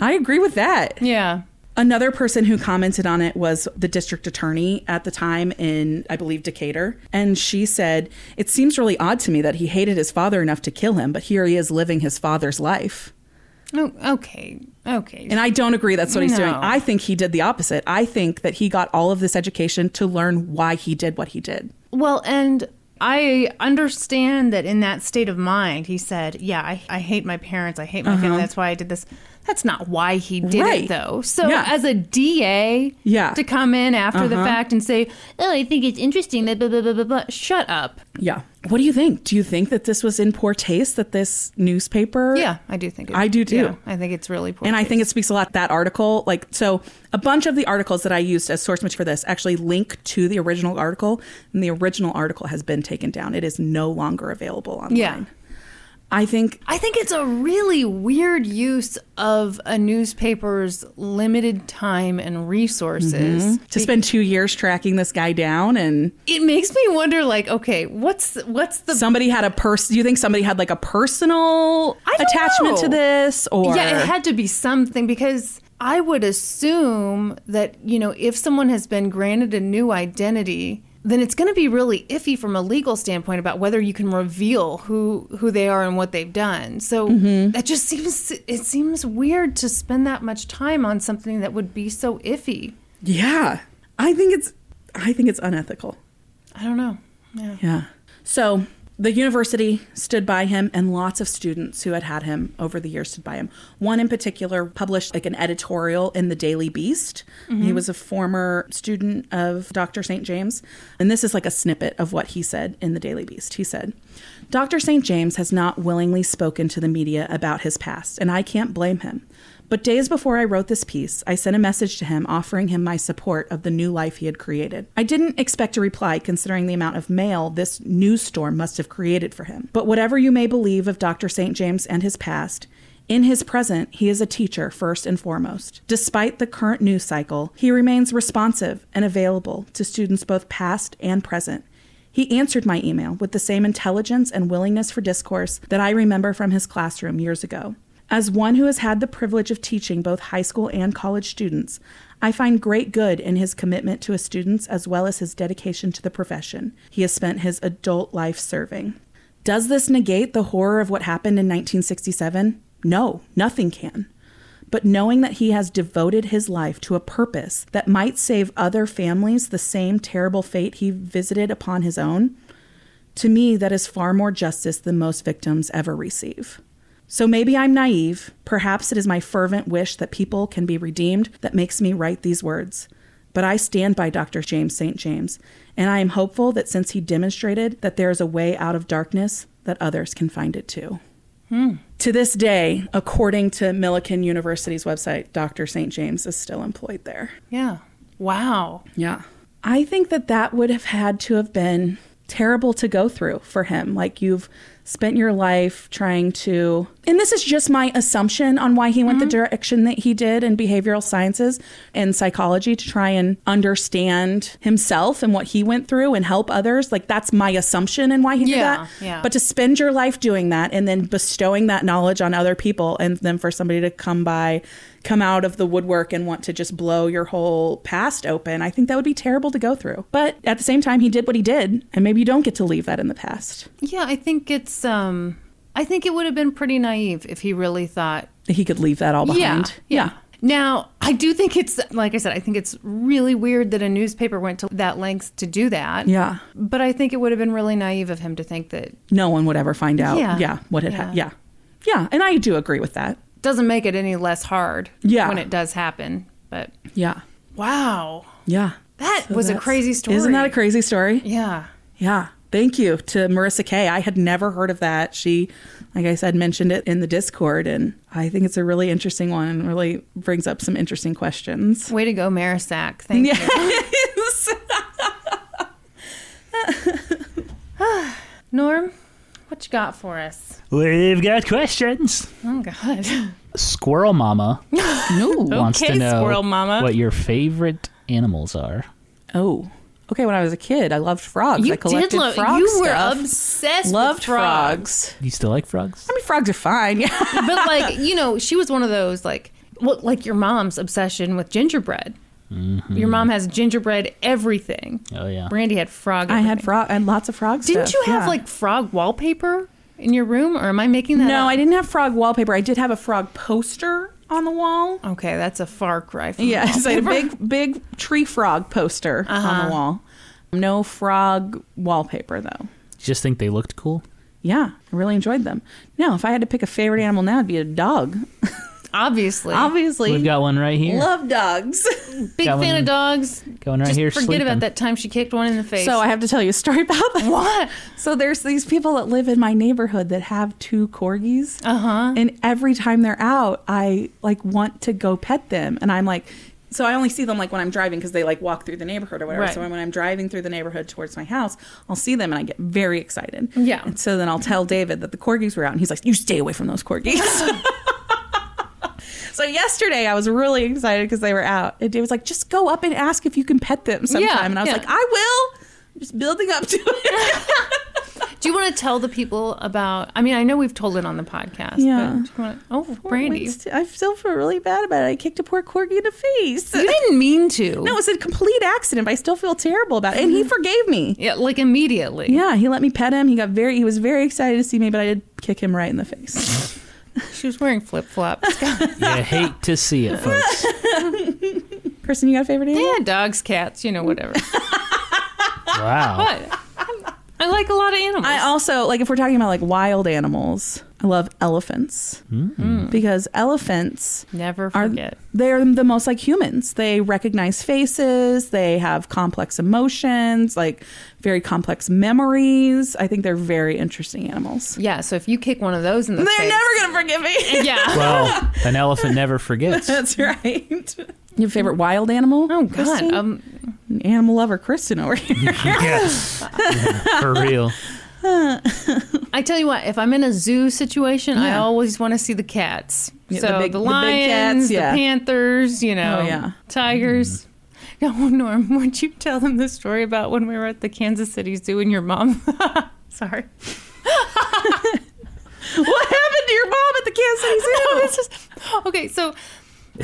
Speaker 2: I agree with that.
Speaker 1: yeah.
Speaker 2: Another person who commented on it was the district attorney at the time in, I believe, Decatur. And she said, It seems really odd to me that he hated his father enough to kill him, but here he is living his father's life.
Speaker 1: Oh, okay. Okay.
Speaker 2: And I don't agree that's what he's doing.
Speaker 1: No.
Speaker 2: I think he did the opposite. I think that he got all of this education to learn why he did what he did.
Speaker 1: Well, and I understand that in that state of mind, he said, Yeah, I, I hate my parents. I hate my family. That's why I did this. That's not why he did
Speaker 2: Uh-huh. Right.
Speaker 1: it, though. So,
Speaker 2: Yeah.
Speaker 1: as a DA,
Speaker 2: Yeah. Uh-huh.
Speaker 1: to come in after the fact and say, Oh, I think it's interesting that blah, blah, blah, blah, blah. Shut up.
Speaker 2: Yeah. What do you think? Do you think that this was in poor taste that this newspaper?
Speaker 1: Yeah, I do think it,
Speaker 2: I do too.
Speaker 1: yeah, I think it's really poor.
Speaker 2: And I
Speaker 1: taste.
Speaker 2: think it speaks a lot that article. Like, so a bunch of the articles that I used as source material for this actually link to the original article, and the original article has been taken down. It is no longer available online.
Speaker 1: Yeah.
Speaker 2: I think
Speaker 1: I think it's a really weird use of a newspaper's limited time and resources.
Speaker 2: to spend two years tracking this guy down and
Speaker 1: It makes me wonder, like, okay, what's what's the
Speaker 2: somebody had a person, do you think somebody had like a personal
Speaker 1: I don't
Speaker 2: attachment
Speaker 1: know.
Speaker 2: to this? Or,
Speaker 1: Yeah, it had to be something because I would assume that, you know, if someone has been granted a new identity, then it's going to be really iffy from a legal standpoint about whether you can reveal who who they are and what they've done. So that just seems it seems weird to spend that much time on something that would be so iffy.
Speaker 2: yeah. I think it's, I think it's unethical.
Speaker 1: I don't know. Yeah.
Speaker 2: Yeah. So the university stood by him, and lots of students who had had him over the years stood by him. One in particular published like an editorial in the Daily Beast. He was a former student of Dr. St. James. And this is like a snippet of what he said in the Daily Beast. He said, Dr. St. James has not willingly spoken to the media about his past, and I can't blame him. But days before I wrote this piece, I sent a message to him offering him my support of the new life he had created. I didn't expect a reply considering the amount of mail this news storm must have created for him. But whatever you may believe of Dr. St. James and his past, in his present, he is a teacher first and foremost. Despite the current news cycle, he remains responsive and available to students both past and present. He answered my email with the same intelligence and willingness for discourse that I remember from his classroom years ago. As one who has had the privilege of teaching both high school and college students, I find great good in his commitment to his students as well as his dedication to the profession he has spent his adult life serving. Does this negate the horror of what happened in 1967? No, nothing can but knowing that he has devoted his life to a purpose that might save other families the same terrible fate he visited upon his own, to me, that is far more justice than most victims ever receive. So maybe I'm naive. Perhaps it is my fervent wish that people can be redeemed that makes me write these words. But I stand by Dr. James St. James, and I am hopeful that since he demonstrated that there is a way out of darkness, that others can find it too. To this day, according to Millikan University's website, Dr. St. James is still employed there.
Speaker 1: Yeah. Wow.
Speaker 2: Yeah. I think that that would have had to have been terrible to go through for him. Like you've spent your life trying to, and this is just my assumption on why he went
Speaker 1: Mm-hmm.
Speaker 2: the direction that he did in behavioral sciences and psychology to try and understand himself and what he went through and help others. Like that's my assumption and why he did
Speaker 1: Yeah,
Speaker 2: that.
Speaker 1: yeah.
Speaker 2: But to spend your life doing that and then bestowing that knowledge on other people and then for somebody to come by come out of the woodwork and want to just blow your whole past open i think that would be terrible to go through but at the same time he did what he did and maybe you don't get to leave that in the past
Speaker 1: Yeah, I think it's um I think it would have been pretty naive if he really thought
Speaker 2: that he could leave that all behind
Speaker 1: Yeah. Now, I do think it's, like I said, I think it's really weird that a newspaper went to that length to do that.
Speaker 2: Yeah.
Speaker 1: But I think it would have been really naive of him to think that
Speaker 2: no one would ever find out yeah,
Speaker 1: Yeah.
Speaker 2: what had happened yeah
Speaker 1: Yeah.
Speaker 2: yeah and i do agree with that
Speaker 1: doesn't make it any less hard
Speaker 2: Yeah.
Speaker 1: when it does happen. But
Speaker 2: yeah
Speaker 1: wow.
Speaker 2: yeah
Speaker 1: That was a
Speaker 2: that's-
Speaker 1: crazy story.
Speaker 2: isn't that a crazy story
Speaker 1: Yeah.
Speaker 2: Yeah. Thank you to Marissa Kay. I had never heard of that. She, like I said, mentioned it in the Discord, and I think it's a really interesting one and really brings up some interesting questions. *laughs*
Speaker 1: Way to go, Marisak. Thank you. Norm, what you got for us?
Speaker 3: We've got questions.
Speaker 1: Oh, God.
Speaker 3: Squirrel Mama wants
Speaker 1: Okay,
Speaker 3: to know
Speaker 1: Squirrel Mama.
Speaker 3: what your favorite animals are.
Speaker 2: Oh. Okay, when I was a kid, I loved frogs.
Speaker 1: You
Speaker 2: I collected
Speaker 1: did love-
Speaker 2: frog
Speaker 1: you were
Speaker 2: stuff.
Speaker 1: obsessed with
Speaker 2: Loved
Speaker 1: frogs.
Speaker 3: Do you still like frogs?
Speaker 2: I mean, frogs are fine. *laughs* Yeah.
Speaker 1: *laughs* but,
Speaker 3: *laughs*
Speaker 1: like, you know, she was one of those, like, well, like your mom's obsession with gingerbread. Your mom has gingerbread everything.
Speaker 3: Oh Mm-hmm. yeah.
Speaker 1: Brandy had frog.
Speaker 2: I had
Speaker 1: everything.
Speaker 2: frog. I had lots of frogs.
Speaker 1: Didn't you have like frog wallpaper in your room, or am I making that?
Speaker 2: No,
Speaker 1: up?
Speaker 2: I didn't have frog wallpaper. I did have a frog poster on the wall.
Speaker 1: Okay, that's a far cry from
Speaker 2: Yeah, it's like a
Speaker 1: wallpaper.
Speaker 2: big, Uh-huh. big tree frog poster on the wall. No frog wallpaper though.
Speaker 3: just think they looked cool?
Speaker 2: Yeah, I really enjoyed them. Now, if I had to pick a favorite animal now, it'd be a dog.
Speaker 1: Obviously.
Speaker 2: Obviously,
Speaker 3: We've got one
Speaker 1: *laughs*
Speaker 3: right here.
Speaker 2: love dogs.
Speaker 1: Big
Speaker 3: Got
Speaker 1: fan
Speaker 3: one
Speaker 1: of dogs.
Speaker 3: going right
Speaker 1: Just
Speaker 3: here,
Speaker 1: forget
Speaker 3: sleeping.
Speaker 1: about that time she kicked one in the face.
Speaker 2: So I have to tell you a story *laughs* about that.
Speaker 1: What?
Speaker 2: So there's these people that live in my neighborhood that have two corgis. Uh-huh. And every time they're out, I like want to go pet them. And I'm like, so I only see them like when I'm driving because they like walk through the neighborhood or whatever.
Speaker 1: Right.
Speaker 2: So when I'm driving through the neighborhood towards my house, I'll see them and I get very excited.
Speaker 1: Yeah.
Speaker 2: And so then I'll tell David that the corgis were out and he's like, you stay away from those corgis.
Speaker 1: *laughs*
Speaker 2: So yesterday I was really excited because they were out. And David's like, just go up and ask if you can pet them sometime.
Speaker 1: Yeah,
Speaker 2: and I was
Speaker 1: yeah.
Speaker 2: like, I will. I'm just building up to it.
Speaker 1: do you want to tell the people about? I mean, I know we've told it on the podcast. But
Speaker 2: Yeah.
Speaker 1: do you wanna, oh, *laughs*
Speaker 2: *laughs*
Speaker 1: Brandy,
Speaker 2: Wait, I still feel really bad about it. I kicked a poor corgi in the face.
Speaker 1: you didn't mean to.
Speaker 2: No, it was a complete accident, but I still feel terrible about it. And he
Speaker 1: Mm-hmm.
Speaker 2: forgave me.
Speaker 1: Yeah, like immediately.
Speaker 2: Yeah, he let me pet him. He got very he was very excited to see me, but I did kick him right in the face.
Speaker 1: She was wearing flip flops.
Speaker 3: you hate to see it, folks.
Speaker 1: *laughs*
Speaker 2: Kristen, you got a favorite animal?
Speaker 1: yeah, dogs, cats, you know,
Speaker 2: *laughs*
Speaker 1: whatever.
Speaker 3: Wow.
Speaker 1: But I- I like a lot of animals.
Speaker 2: I also like if we're talking about like wild animals, I love elephants.
Speaker 1: Mm.
Speaker 2: Because elephants
Speaker 1: Never
Speaker 2: are
Speaker 1: forget.
Speaker 2: they're the most like humans. They recognize faces, they have complex emotions, like very complex memories. I think they're very interesting animals.
Speaker 1: yeah, so if you kick one of those in the
Speaker 2: They're
Speaker 1: face,
Speaker 2: never gonna forgive me. *laughs*
Speaker 1: yeah.
Speaker 3: Well, an elephant never forgets.
Speaker 2: That's right. Your favorite wild animal?
Speaker 1: Oh God!
Speaker 2: Kristen?
Speaker 1: Um,
Speaker 2: animal lover Kristen
Speaker 1: *laughs*
Speaker 2: over here. *laughs*
Speaker 3: *laughs* yes. For real.
Speaker 1: I tell you what, if I'm in a zoo situation, I
Speaker 2: Yeah.
Speaker 1: always want to see the cats.
Speaker 2: Yeah, the
Speaker 1: so the,
Speaker 2: big- the big
Speaker 1: lions,
Speaker 2: cats, yeah.
Speaker 1: the panthers, you know,
Speaker 2: Oh, yeah. Mm-hmm.
Speaker 1: tigers. No, *laughs* Norm, would you tell them the story about when we were at the Kansas City Zoo and your mom? *laughs* Sorry.
Speaker 2: *laughs* what happened to your mom at the Kansas City
Speaker 1: No,
Speaker 2: Zoo?
Speaker 1: it's just- okay, so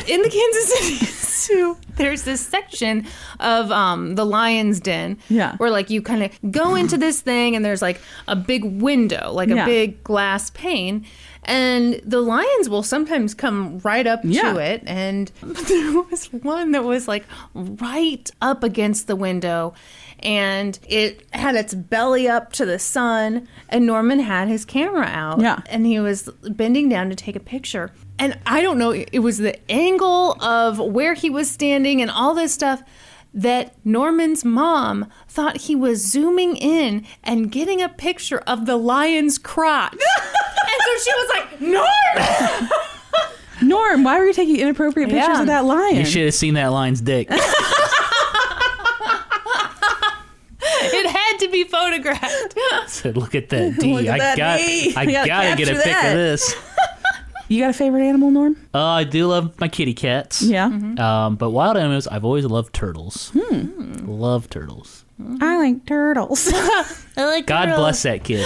Speaker 1: in the Kansas City *laughs* Zoo, there's this section of um, the lion's den
Speaker 2: Yeah.
Speaker 1: where, like, you kind of go into this thing and there's, like, a big window, like
Speaker 2: Yeah.
Speaker 1: a big glass pane. And the lions will sometimes come right up
Speaker 2: Yeah.
Speaker 1: to it. And *laughs* there was one that was, like, right up against the window. And it had its belly up to the sun. And Norman had his camera out
Speaker 2: Yeah.
Speaker 1: and he was bending down to take a picture. And I don't know, it was the angle of where he was standing and all this stuff that Norman's mom thought he was zooming in and getting a picture of the lion's crotch. and so she was like, Norm!
Speaker 2: Norm, why were you taking inappropriate pictures
Speaker 1: Yeah.
Speaker 2: of that lion?
Speaker 3: You should have seen that
Speaker 2: *laughs*
Speaker 3: lion's dick.
Speaker 1: It had to be photographed.
Speaker 3: Said, look at that D. I
Speaker 2: Look at that
Speaker 3: got
Speaker 2: D.
Speaker 3: I
Speaker 2: We gotta
Speaker 3: gotta get a
Speaker 2: capture
Speaker 3: pic
Speaker 2: that.
Speaker 3: of this.
Speaker 2: You got a favorite animal, Norm?
Speaker 1: Mm-hmm.
Speaker 3: Oh, I do love my kitty cats.
Speaker 2: Yeah.
Speaker 3: Um, but wild animals, I've always loved turtles.
Speaker 2: Hmm.
Speaker 3: Love turtles.
Speaker 2: I like turtles. *laughs*
Speaker 1: I like
Speaker 3: God bless that kid.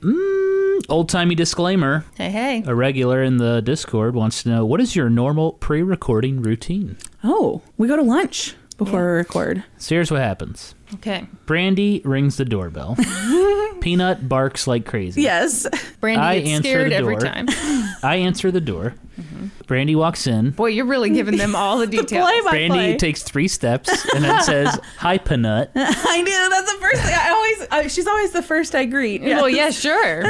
Speaker 3: mm, Old timey disclaimer.
Speaker 1: Hey, hey.
Speaker 3: A regular in the Discord wants to know what is your normal pre recording routine?
Speaker 2: oh, we go to lunch before we record.
Speaker 3: So here's what happens
Speaker 1: Okay.
Speaker 3: Brandy rings
Speaker 2: *laughs*
Speaker 3: the doorbell, Peanut barks like crazy.
Speaker 2: Yes.
Speaker 1: Brandy
Speaker 3: I
Speaker 1: gets
Speaker 3: answer
Speaker 1: scared
Speaker 3: the
Speaker 1: every
Speaker 3: door.
Speaker 1: time.
Speaker 3: I answer the door.
Speaker 2: Mm-hmm.
Speaker 3: Brandy walks in.
Speaker 1: Boy, you're really giving them
Speaker 2: *laughs*
Speaker 1: all the details.
Speaker 2: Play by
Speaker 3: Brandy
Speaker 2: play.
Speaker 3: takes three steps and then says, Hi, Peanut.
Speaker 2: *laughs* I knew that's the first thing. I always. Uh, she's always the first I greet.
Speaker 1: Well, yeah, sure.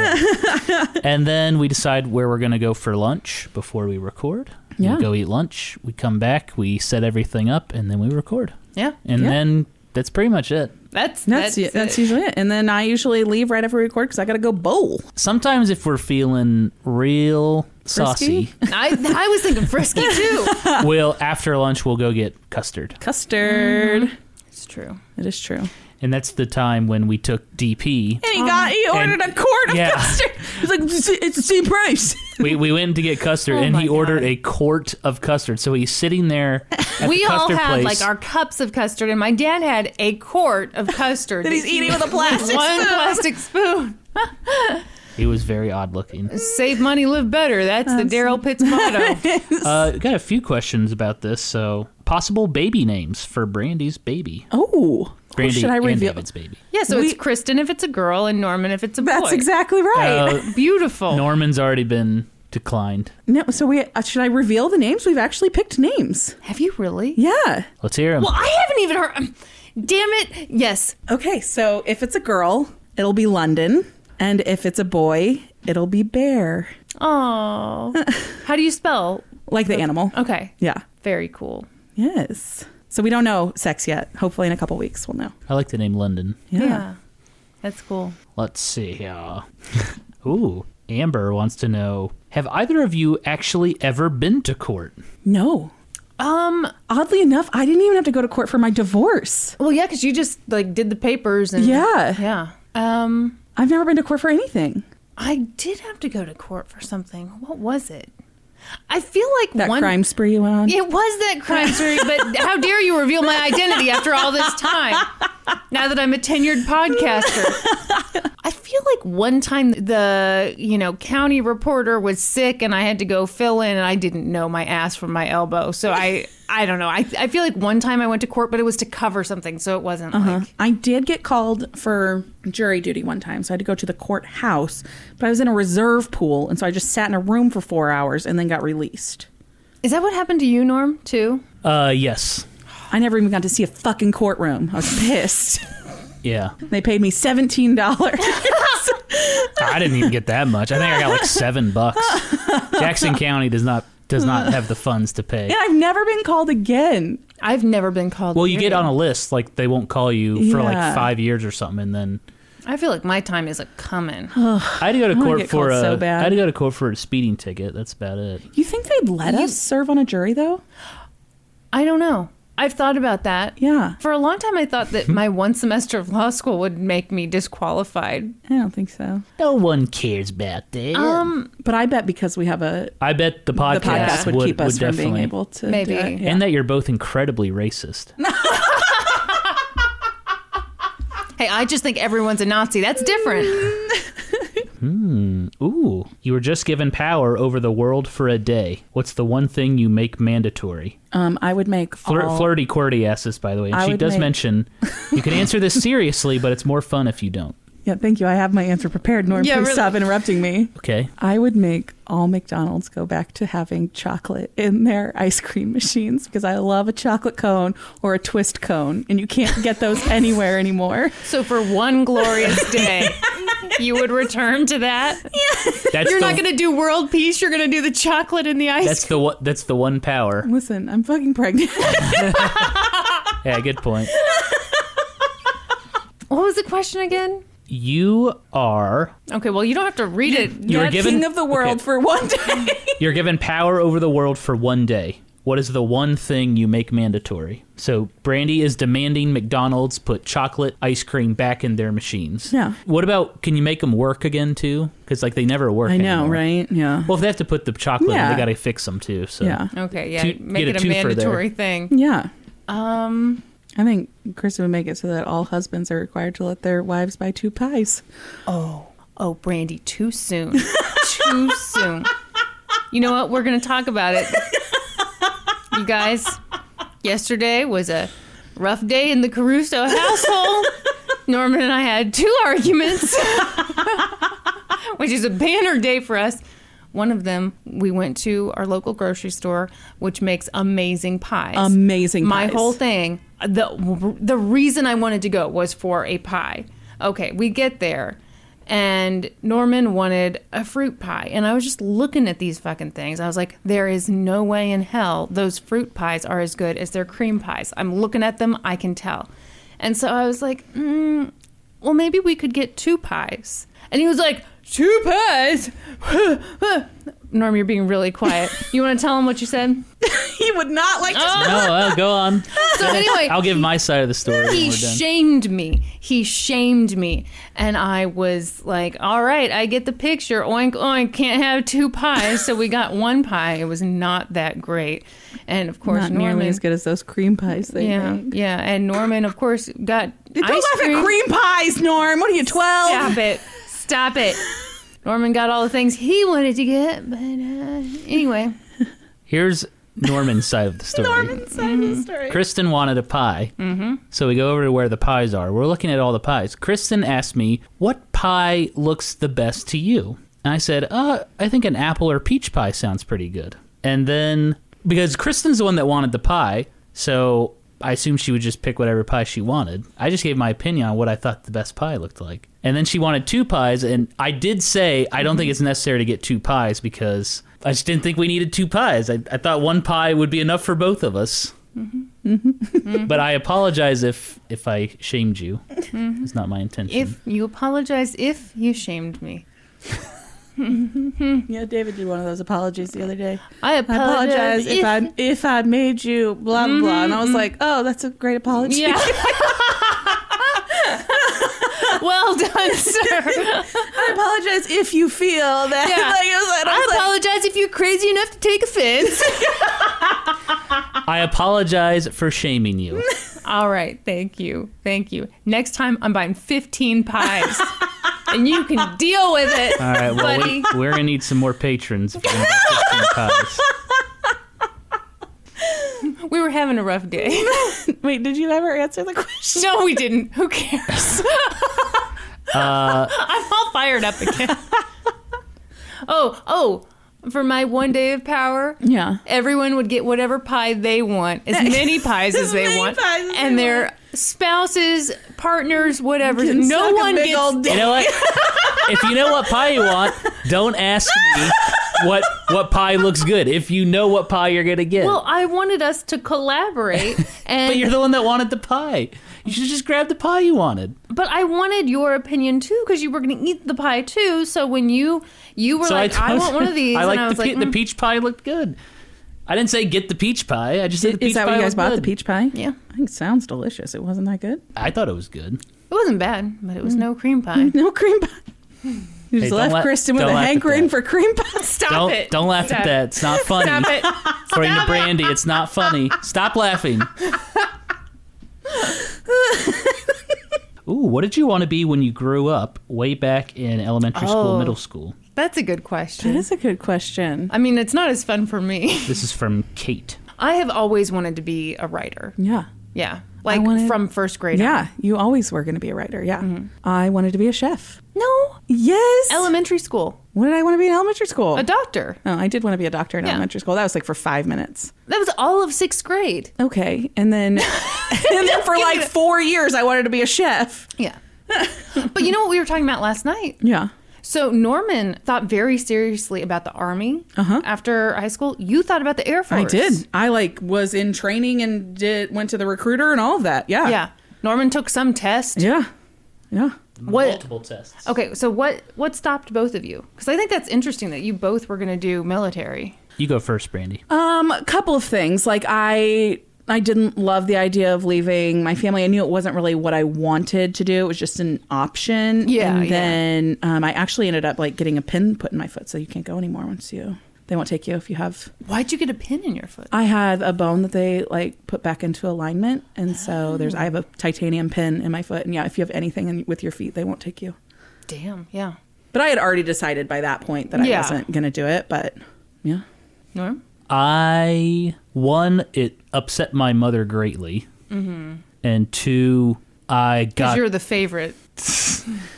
Speaker 3: And then we decide where we're going to go for lunch before we record.
Speaker 2: Yeah.
Speaker 3: We go eat lunch. We come back. We set everything up, and then we record.
Speaker 1: Yeah.
Speaker 3: And
Speaker 2: Yeah.
Speaker 3: then that's pretty much it.
Speaker 1: *laughs* That's
Speaker 2: That's that's,
Speaker 1: it.
Speaker 2: usually it. And then I usually leave right after we record because I got to go bowl.
Speaker 3: Sometimes if we're feeling real saucy,
Speaker 1: I, I was thinking
Speaker 2: *laughs*
Speaker 1: frisky too.
Speaker 3: we'll after lunch we'll go get custard.
Speaker 2: Custard.
Speaker 1: It's true.
Speaker 2: Mm-hmm. It is true. And
Speaker 3: And that's the time when we took DP.
Speaker 2: he got. He
Speaker 3: ordered
Speaker 2: ordered
Speaker 3: and-
Speaker 2: a quart
Speaker 3: of
Speaker 2: of
Speaker 3: yeah. custard.
Speaker 2: custard. Um, *laughs* He's like, it's the same *laughs* price.
Speaker 3: We, we went to get custard, and
Speaker 1: Oh my
Speaker 3: he
Speaker 1: God.
Speaker 3: ordered a quart of custard. So he's
Speaker 1: *laughs*
Speaker 3: sitting there. At
Speaker 1: We
Speaker 3: the
Speaker 1: all
Speaker 3: custard
Speaker 1: had
Speaker 3: place.
Speaker 1: like our cups of custard, and my dad had a quart of custard
Speaker 2: *laughs* That he's
Speaker 1: he-
Speaker 2: eating with a
Speaker 1: *laughs*
Speaker 2: plastic
Speaker 1: one
Speaker 2: *laughs* spoon.
Speaker 1: plastic spoon.
Speaker 3: He was very odd looking.
Speaker 1: Save money, live better. That's the Daryl Pitts
Speaker 2: *laughs*
Speaker 1: motto.
Speaker 3: Uh, got a few questions about this. So, possible baby names for Brandy's baby.
Speaker 2: Oh,
Speaker 3: Brandy
Speaker 2: should I
Speaker 3: and
Speaker 2: reveal?
Speaker 3: David's baby.
Speaker 1: *laughs* Yeah, so
Speaker 2: We-
Speaker 1: it's Kristen if it's a girl, and Norman if it's a boy.
Speaker 2: That's exactly right.
Speaker 3: Uh,
Speaker 1: beautiful.
Speaker 3: Norman's already been declined.
Speaker 2: *laughs* No, so we uh, should I reveal the names? We've actually picked names.
Speaker 1: Have you really?
Speaker 2: Yeah.
Speaker 3: Let's hear him.
Speaker 1: Well, I haven't even heard. um, Damn it. Yes.
Speaker 2: Okay, so if it's a girl, it'll be London, and if it's a boy, it'll be bear,
Speaker 1: Oh.
Speaker 2: *laughs*
Speaker 1: How do you spell?
Speaker 2: like the animal.
Speaker 1: Okay.
Speaker 2: Yeah.
Speaker 1: Very cool.
Speaker 2: Yes. So we don't know sex yet. Hopefully, in a couple weeks, we'll know.
Speaker 3: I like the name London.
Speaker 1: Yeah. That's cool.
Speaker 3: Let's see here. *laughs* Ooh, Amber wants to know Have either of you actually ever been to court?
Speaker 2: No.
Speaker 1: Um.
Speaker 2: Oddly enough, I didn't even have to go to court for my divorce.
Speaker 1: Well, yeah, because you just like did the papers and
Speaker 2: Yeah.
Speaker 1: yeah. Um,
Speaker 2: I've never been to court for anything.
Speaker 1: I did have to go to court for something. What was it? I feel like
Speaker 2: That
Speaker 1: one
Speaker 2: crime spree you went on.
Speaker 1: It was that crime story, but how dare you reveal my identity after all this time? Now that I'm a tenured podcaster. I feel like one time the, you know, county reporter was sick and I had to go fill in and I didn't know my ass from my elbow. So I I don't know. I I feel like one time I went to court, but it was to cover something, so it wasn't like
Speaker 2: I did get called for jury duty one time, so I had to go to the courthouse, but I was in a reserve pool, and so I just sat in a room for four hours and then got released.
Speaker 1: Is that what happened to you, Norm, too?
Speaker 3: Uh, yes.
Speaker 2: I never even got to see a fucking courtroom. I was pissed.
Speaker 3: Yeah.
Speaker 2: they paid me
Speaker 1: *laughs*
Speaker 2: seventeen dollars.
Speaker 3: I didn't even get that much. I think I
Speaker 2: *laughs*
Speaker 3: got like seven bucks. Jackson County does not does not have the funds to pay.
Speaker 2: and I've never been called again.
Speaker 1: I've never been called.
Speaker 3: Well, you get on
Speaker 1: I
Speaker 3: a list, like they won't call you for like
Speaker 2: Yeah.
Speaker 3: five years or something, and then
Speaker 1: feel like my time is a coming.
Speaker 3: I had to go to court
Speaker 2: get
Speaker 3: for
Speaker 2: called
Speaker 3: a
Speaker 2: so bad.
Speaker 3: I had to go to court for a speeding ticket. That's about it.
Speaker 2: You think they'd let us serve on a jury though?
Speaker 1: I don't know. I've thought about that.
Speaker 2: Yeah.
Speaker 1: For a long time, I thought
Speaker 3: Hmm?
Speaker 1: that my one semester of law school would make me disqualified.
Speaker 2: I don't think so.
Speaker 3: No one cares about that.
Speaker 1: Um,
Speaker 2: But I bet because we have a
Speaker 3: I bet the
Speaker 2: the
Speaker 3: podcast,
Speaker 2: podcast would,
Speaker 3: would
Speaker 2: keep us from
Speaker 3: definitely,
Speaker 2: being able to do
Speaker 1: Maybe.
Speaker 2: it.
Speaker 3: and that you're both
Speaker 2: *laughs*
Speaker 3: incredibly racist.
Speaker 1: hey, I just think everyone's a Nazi. That's different.
Speaker 3: Ooh, you were just given power over the world for a day. What's the one thing you make mandatory?
Speaker 2: Um, I would make
Speaker 3: Flir-
Speaker 2: all-
Speaker 3: Flirty QWERTY asks this, by the way, and
Speaker 2: I
Speaker 3: she
Speaker 2: would
Speaker 3: does
Speaker 2: make-
Speaker 3: mention you can
Speaker 2: *laughs*
Speaker 3: answer this seriously, but it's more fun if you don't.
Speaker 2: Yeah, thank you. I have my answer prepared. Norm,
Speaker 1: Yeah,
Speaker 2: please
Speaker 1: really.
Speaker 2: stop interrupting me.
Speaker 3: Okay.
Speaker 2: I would make all McDonald's go back to having chocolate in their ice cream machines because I love a chocolate cone or a twist cone, and you can't get those *laughs* anywhere anymore.
Speaker 1: So for one glorious day, you would return to that.
Speaker 3: That's
Speaker 1: You're
Speaker 3: the,
Speaker 1: not going to do world peace. You're going to do the chocolate and the ice.
Speaker 3: that's the one that's the one power.
Speaker 2: Listen, I'm fucking pregnant.
Speaker 3: Yeah, good point.
Speaker 1: what was the question again?
Speaker 3: You are
Speaker 1: Okay, well, you don't have to read it.
Speaker 3: you
Speaker 2: You're
Speaker 3: were given
Speaker 2: king of the world
Speaker 3: okay.
Speaker 2: for one day.
Speaker 3: You're given power over the world for one day. What is the one thing you make mandatory? So Brandy is demanding McDonald's put chocolate ice cream back in their machines.
Speaker 2: Yeah.
Speaker 3: What about can you make them work again too? Because like they never work.
Speaker 2: I know,
Speaker 3: anymore.
Speaker 2: right? Yeah.
Speaker 3: Well, if they have to put the chocolate, in,
Speaker 2: Yeah.
Speaker 3: they got to fix them too. So
Speaker 2: yeah.
Speaker 1: Okay, yeah,
Speaker 3: Two-
Speaker 1: make
Speaker 3: get
Speaker 1: it
Speaker 3: a
Speaker 1: a
Speaker 3: twofer there.
Speaker 1: mandatory thing.
Speaker 2: Yeah.
Speaker 1: Um,
Speaker 2: I think Chris would make it so that all husbands are required to let their wives buy two pies.
Speaker 1: Oh, Brandy, too soon. too soon. You know what? We're going to talk about it. You guys, yesterday was a rough day in the Caruso household. Norman and I had two arguments, *laughs* which is a banner day for us. One of them, we went to our local grocery store, which makes amazing pies.
Speaker 2: Amazing
Speaker 1: My
Speaker 2: pies.
Speaker 1: whole thing, the the reason I wanted to go was for a pie. Okay, we get there, and Norman wanted a fruit pie, and I was just looking at these fucking things. I was like, there is no way in hell those fruit pies are as good as their cream pies. I'm looking at them, I can tell, and so I was like, mm, well, maybe we could get two pies. And he was like, two pies. *laughs* Norm, you're being really quiet. You want to tell him what you said?
Speaker 2: *laughs* He would not *gasps* like to.
Speaker 3: No, well, go
Speaker 2: *laughs*
Speaker 3: on.
Speaker 1: So anyway,
Speaker 3: I'll give my side of the story. when
Speaker 1: he
Speaker 3: we're done.
Speaker 1: shamed me. He shamed me. And I was like, all right, I get the picture. Oink, oink, can't have two pies. so we got one pie. It was not that great. And of course,
Speaker 2: Not
Speaker 1: Norman.
Speaker 2: nearly as good as those cream pies. They
Speaker 1: yeah,
Speaker 2: make.
Speaker 1: yeah. And Norman, of course, got
Speaker 2: Don't
Speaker 1: ice
Speaker 2: laugh
Speaker 1: cream.
Speaker 2: at cream pies, Norm. What are you, 12? *laughs*
Speaker 1: Stop it. Stop it. Norman got all the things he wanted to get. But uh, anyway,
Speaker 3: Here's Norman's side of the story.
Speaker 1: Mm-hmm.
Speaker 3: Kristen wanted a pie. Mm-hmm. So we go over to where the pies are. We're looking at all the pies. Kristen asked me, What pie looks the best to you? And I said, uh, I think an apple or peach pie sounds pretty good. And then, because Kristen's the one that wanted the pie, so I assumed she would just pick whatever pie she wanted. I just gave my opinion on what I thought the best pie looked like. And then she wanted two pies, and I did say, I don't think it's necessary to get two pies because I just didn't think we needed two pies. I, I thought one pie would be enough for both of us. but I apologize if if I shamed you. It's not my intention.
Speaker 1: Mm-hmm. If you apologize, if you shamed me,
Speaker 2: Yeah, David did one of those apologies the other day.
Speaker 1: I
Speaker 2: I
Speaker 1: apologize.
Speaker 2: apologize if I if I made you blah blah blah, and I was like, oh, that's a great apology.
Speaker 1: Mm-hmm. Yeah. *laughs* well *laughs* done, sir.
Speaker 2: I apologize if you feel that.
Speaker 1: Yeah.
Speaker 2: *laughs* like, it was, and I
Speaker 1: I
Speaker 2: was like,
Speaker 1: apologize if you're crazy enough to take offense.
Speaker 3: I apologize for shaming you.
Speaker 1: *laughs* All right, thank you, thank you. Next time, I'm buying 15 *laughs* pies, and you can deal with it,
Speaker 3: *laughs* All right, well,
Speaker 1: buddy.
Speaker 3: we, we're gonna need some more patrons.
Speaker 1: *laughs*
Speaker 3: If we're gonna get 15 pies.
Speaker 1: We were having a rough day.
Speaker 2: wait, did you ever answer the *laughs* question?
Speaker 1: No, we didn't. Who
Speaker 3: *laughs*
Speaker 1: cares?
Speaker 3: Uh,
Speaker 1: I'm all fired up again. oh, oh, for my one day of power,
Speaker 2: Yeah.
Speaker 1: everyone would get whatever pie they want, as many pies as,
Speaker 2: As
Speaker 1: they
Speaker 2: many
Speaker 1: want,
Speaker 2: pies as
Speaker 1: and
Speaker 2: they
Speaker 1: their spouses, partners, whatever.
Speaker 2: Can
Speaker 1: No
Speaker 2: suck a
Speaker 1: one
Speaker 2: big
Speaker 1: gets.
Speaker 2: old *laughs*
Speaker 3: You
Speaker 2: dick.
Speaker 3: know what? If you know what pie you want, don't ask me what what pie looks good. If you know what pie you're gonna
Speaker 1: *laughs*
Speaker 3: get,
Speaker 1: well, I wanted us to
Speaker 2: *laughs*
Speaker 1: collaborate, and
Speaker 3: but
Speaker 1: but,
Speaker 3: you're the one that wanted the pie. You should just grab the pie you wanted.
Speaker 1: I wanted your opinion too because you were going to eat the pie too. So when you you were like, I,
Speaker 3: told-
Speaker 1: want one of these,
Speaker 3: *laughs* I like
Speaker 1: and I was
Speaker 3: the,
Speaker 1: like,
Speaker 3: pe- the
Speaker 1: "Mm,
Speaker 3: peach pie looked good. I didn't say get the peach pie. I just said the peach
Speaker 2: Is that
Speaker 3: pie
Speaker 2: what you guys
Speaker 3: looked
Speaker 2: bought? The
Speaker 3: good.
Speaker 2: peach pie?
Speaker 1: yeah,
Speaker 2: I think it sounds delicious. It wasn't that good. *laughs*
Speaker 3: I thought it was good.
Speaker 1: it wasn't bad, but it was no cream pie.
Speaker 2: No cream pie. You
Speaker 3: Hey,
Speaker 2: just
Speaker 3: don't
Speaker 2: left
Speaker 3: laugh-
Speaker 2: Kristen with
Speaker 3: don't
Speaker 2: a
Speaker 3: laugh at
Speaker 2: hankering
Speaker 3: that.
Speaker 2: for cream
Speaker 1: *laughs*
Speaker 2: pie.
Speaker 1: Stop
Speaker 3: don't
Speaker 1: it!
Speaker 3: don't laugh
Speaker 1: Stop.
Speaker 3: at that. It's not funny.
Speaker 1: Stop it! *laughs*
Speaker 3: According to Brandy, it's not funny. Stop laughing. Ooh, what did you want to be when you grew up? Way back in elementary
Speaker 1: Oh.
Speaker 3: school, middle school.
Speaker 1: That's a good question.
Speaker 2: *laughs* That is a good question.
Speaker 1: I mean, it's not as fun for me. *laughs*
Speaker 3: This is from Kate.
Speaker 1: I have always wanted to be a writer.
Speaker 2: Yeah.
Speaker 1: Yeah. Like
Speaker 2: wanted-
Speaker 1: from first grade. on.
Speaker 2: Yeah, you always were going to be a writer. Yeah. I wanted to be a chef.
Speaker 1: No.
Speaker 2: Yes.
Speaker 1: Elementary school.
Speaker 2: what did I want to be in elementary school?
Speaker 1: A doctor.
Speaker 2: oh, I did want to be a doctor in
Speaker 1: Yeah.
Speaker 2: elementary school. That was like for five minutes.
Speaker 1: That was all of sixth grade.
Speaker 2: Okay. And *laughs* then, and then for like four years, I wanted to be a chef.
Speaker 1: Yeah. *laughs* but you know what we were talking about last night?
Speaker 2: Yeah.
Speaker 1: So Norman thought very seriously about the army
Speaker 2: Uh-huh.
Speaker 1: after high school. You thought about the Air Force.
Speaker 2: I did. I like was in training and did went to the recruiter and all of that. Yeah.
Speaker 1: Yeah. Norman took some test.
Speaker 2: Yeah. Yeah.
Speaker 1: What-
Speaker 3: Multiple tests.
Speaker 1: Okay, so what what stopped both of you? Because I think that's interesting that you both were going to do military.
Speaker 3: You go first, Brandy.
Speaker 2: Um, a couple of things. Like I I didn't love the idea of leaving my family. I knew it wasn't really what I wanted to do. It was just an option.
Speaker 1: Yeah,
Speaker 2: And
Speaker 1: yeah.
Speaker 2: then um, I actually ended up like getting a pin put in my foot, so you can't go anymore once you they won't take you if you have
Speaker 1: Why'd you get a pin in your foot?
Speaker 2: I had a bone that they like put back into alignment and so there's I have a titanium pin in my foot and yeah, if you have anything in, with your feet, they won't take you.
Speaker 1: Damn. Yeah.
Speaker 2: But I had already decided by that point that
Speaker 1: Yeah.
Speaker 2: I wasn't going to do it, but yeah.
Speaker 1: Norm.
Speaker 3: I one, it upset my mother greatly,
Speaker 1: Mm-hmm.
Speaker 3: and two, I
Speaker 1: Because
Speaker 3: got
Speaker 1: you're the favorite.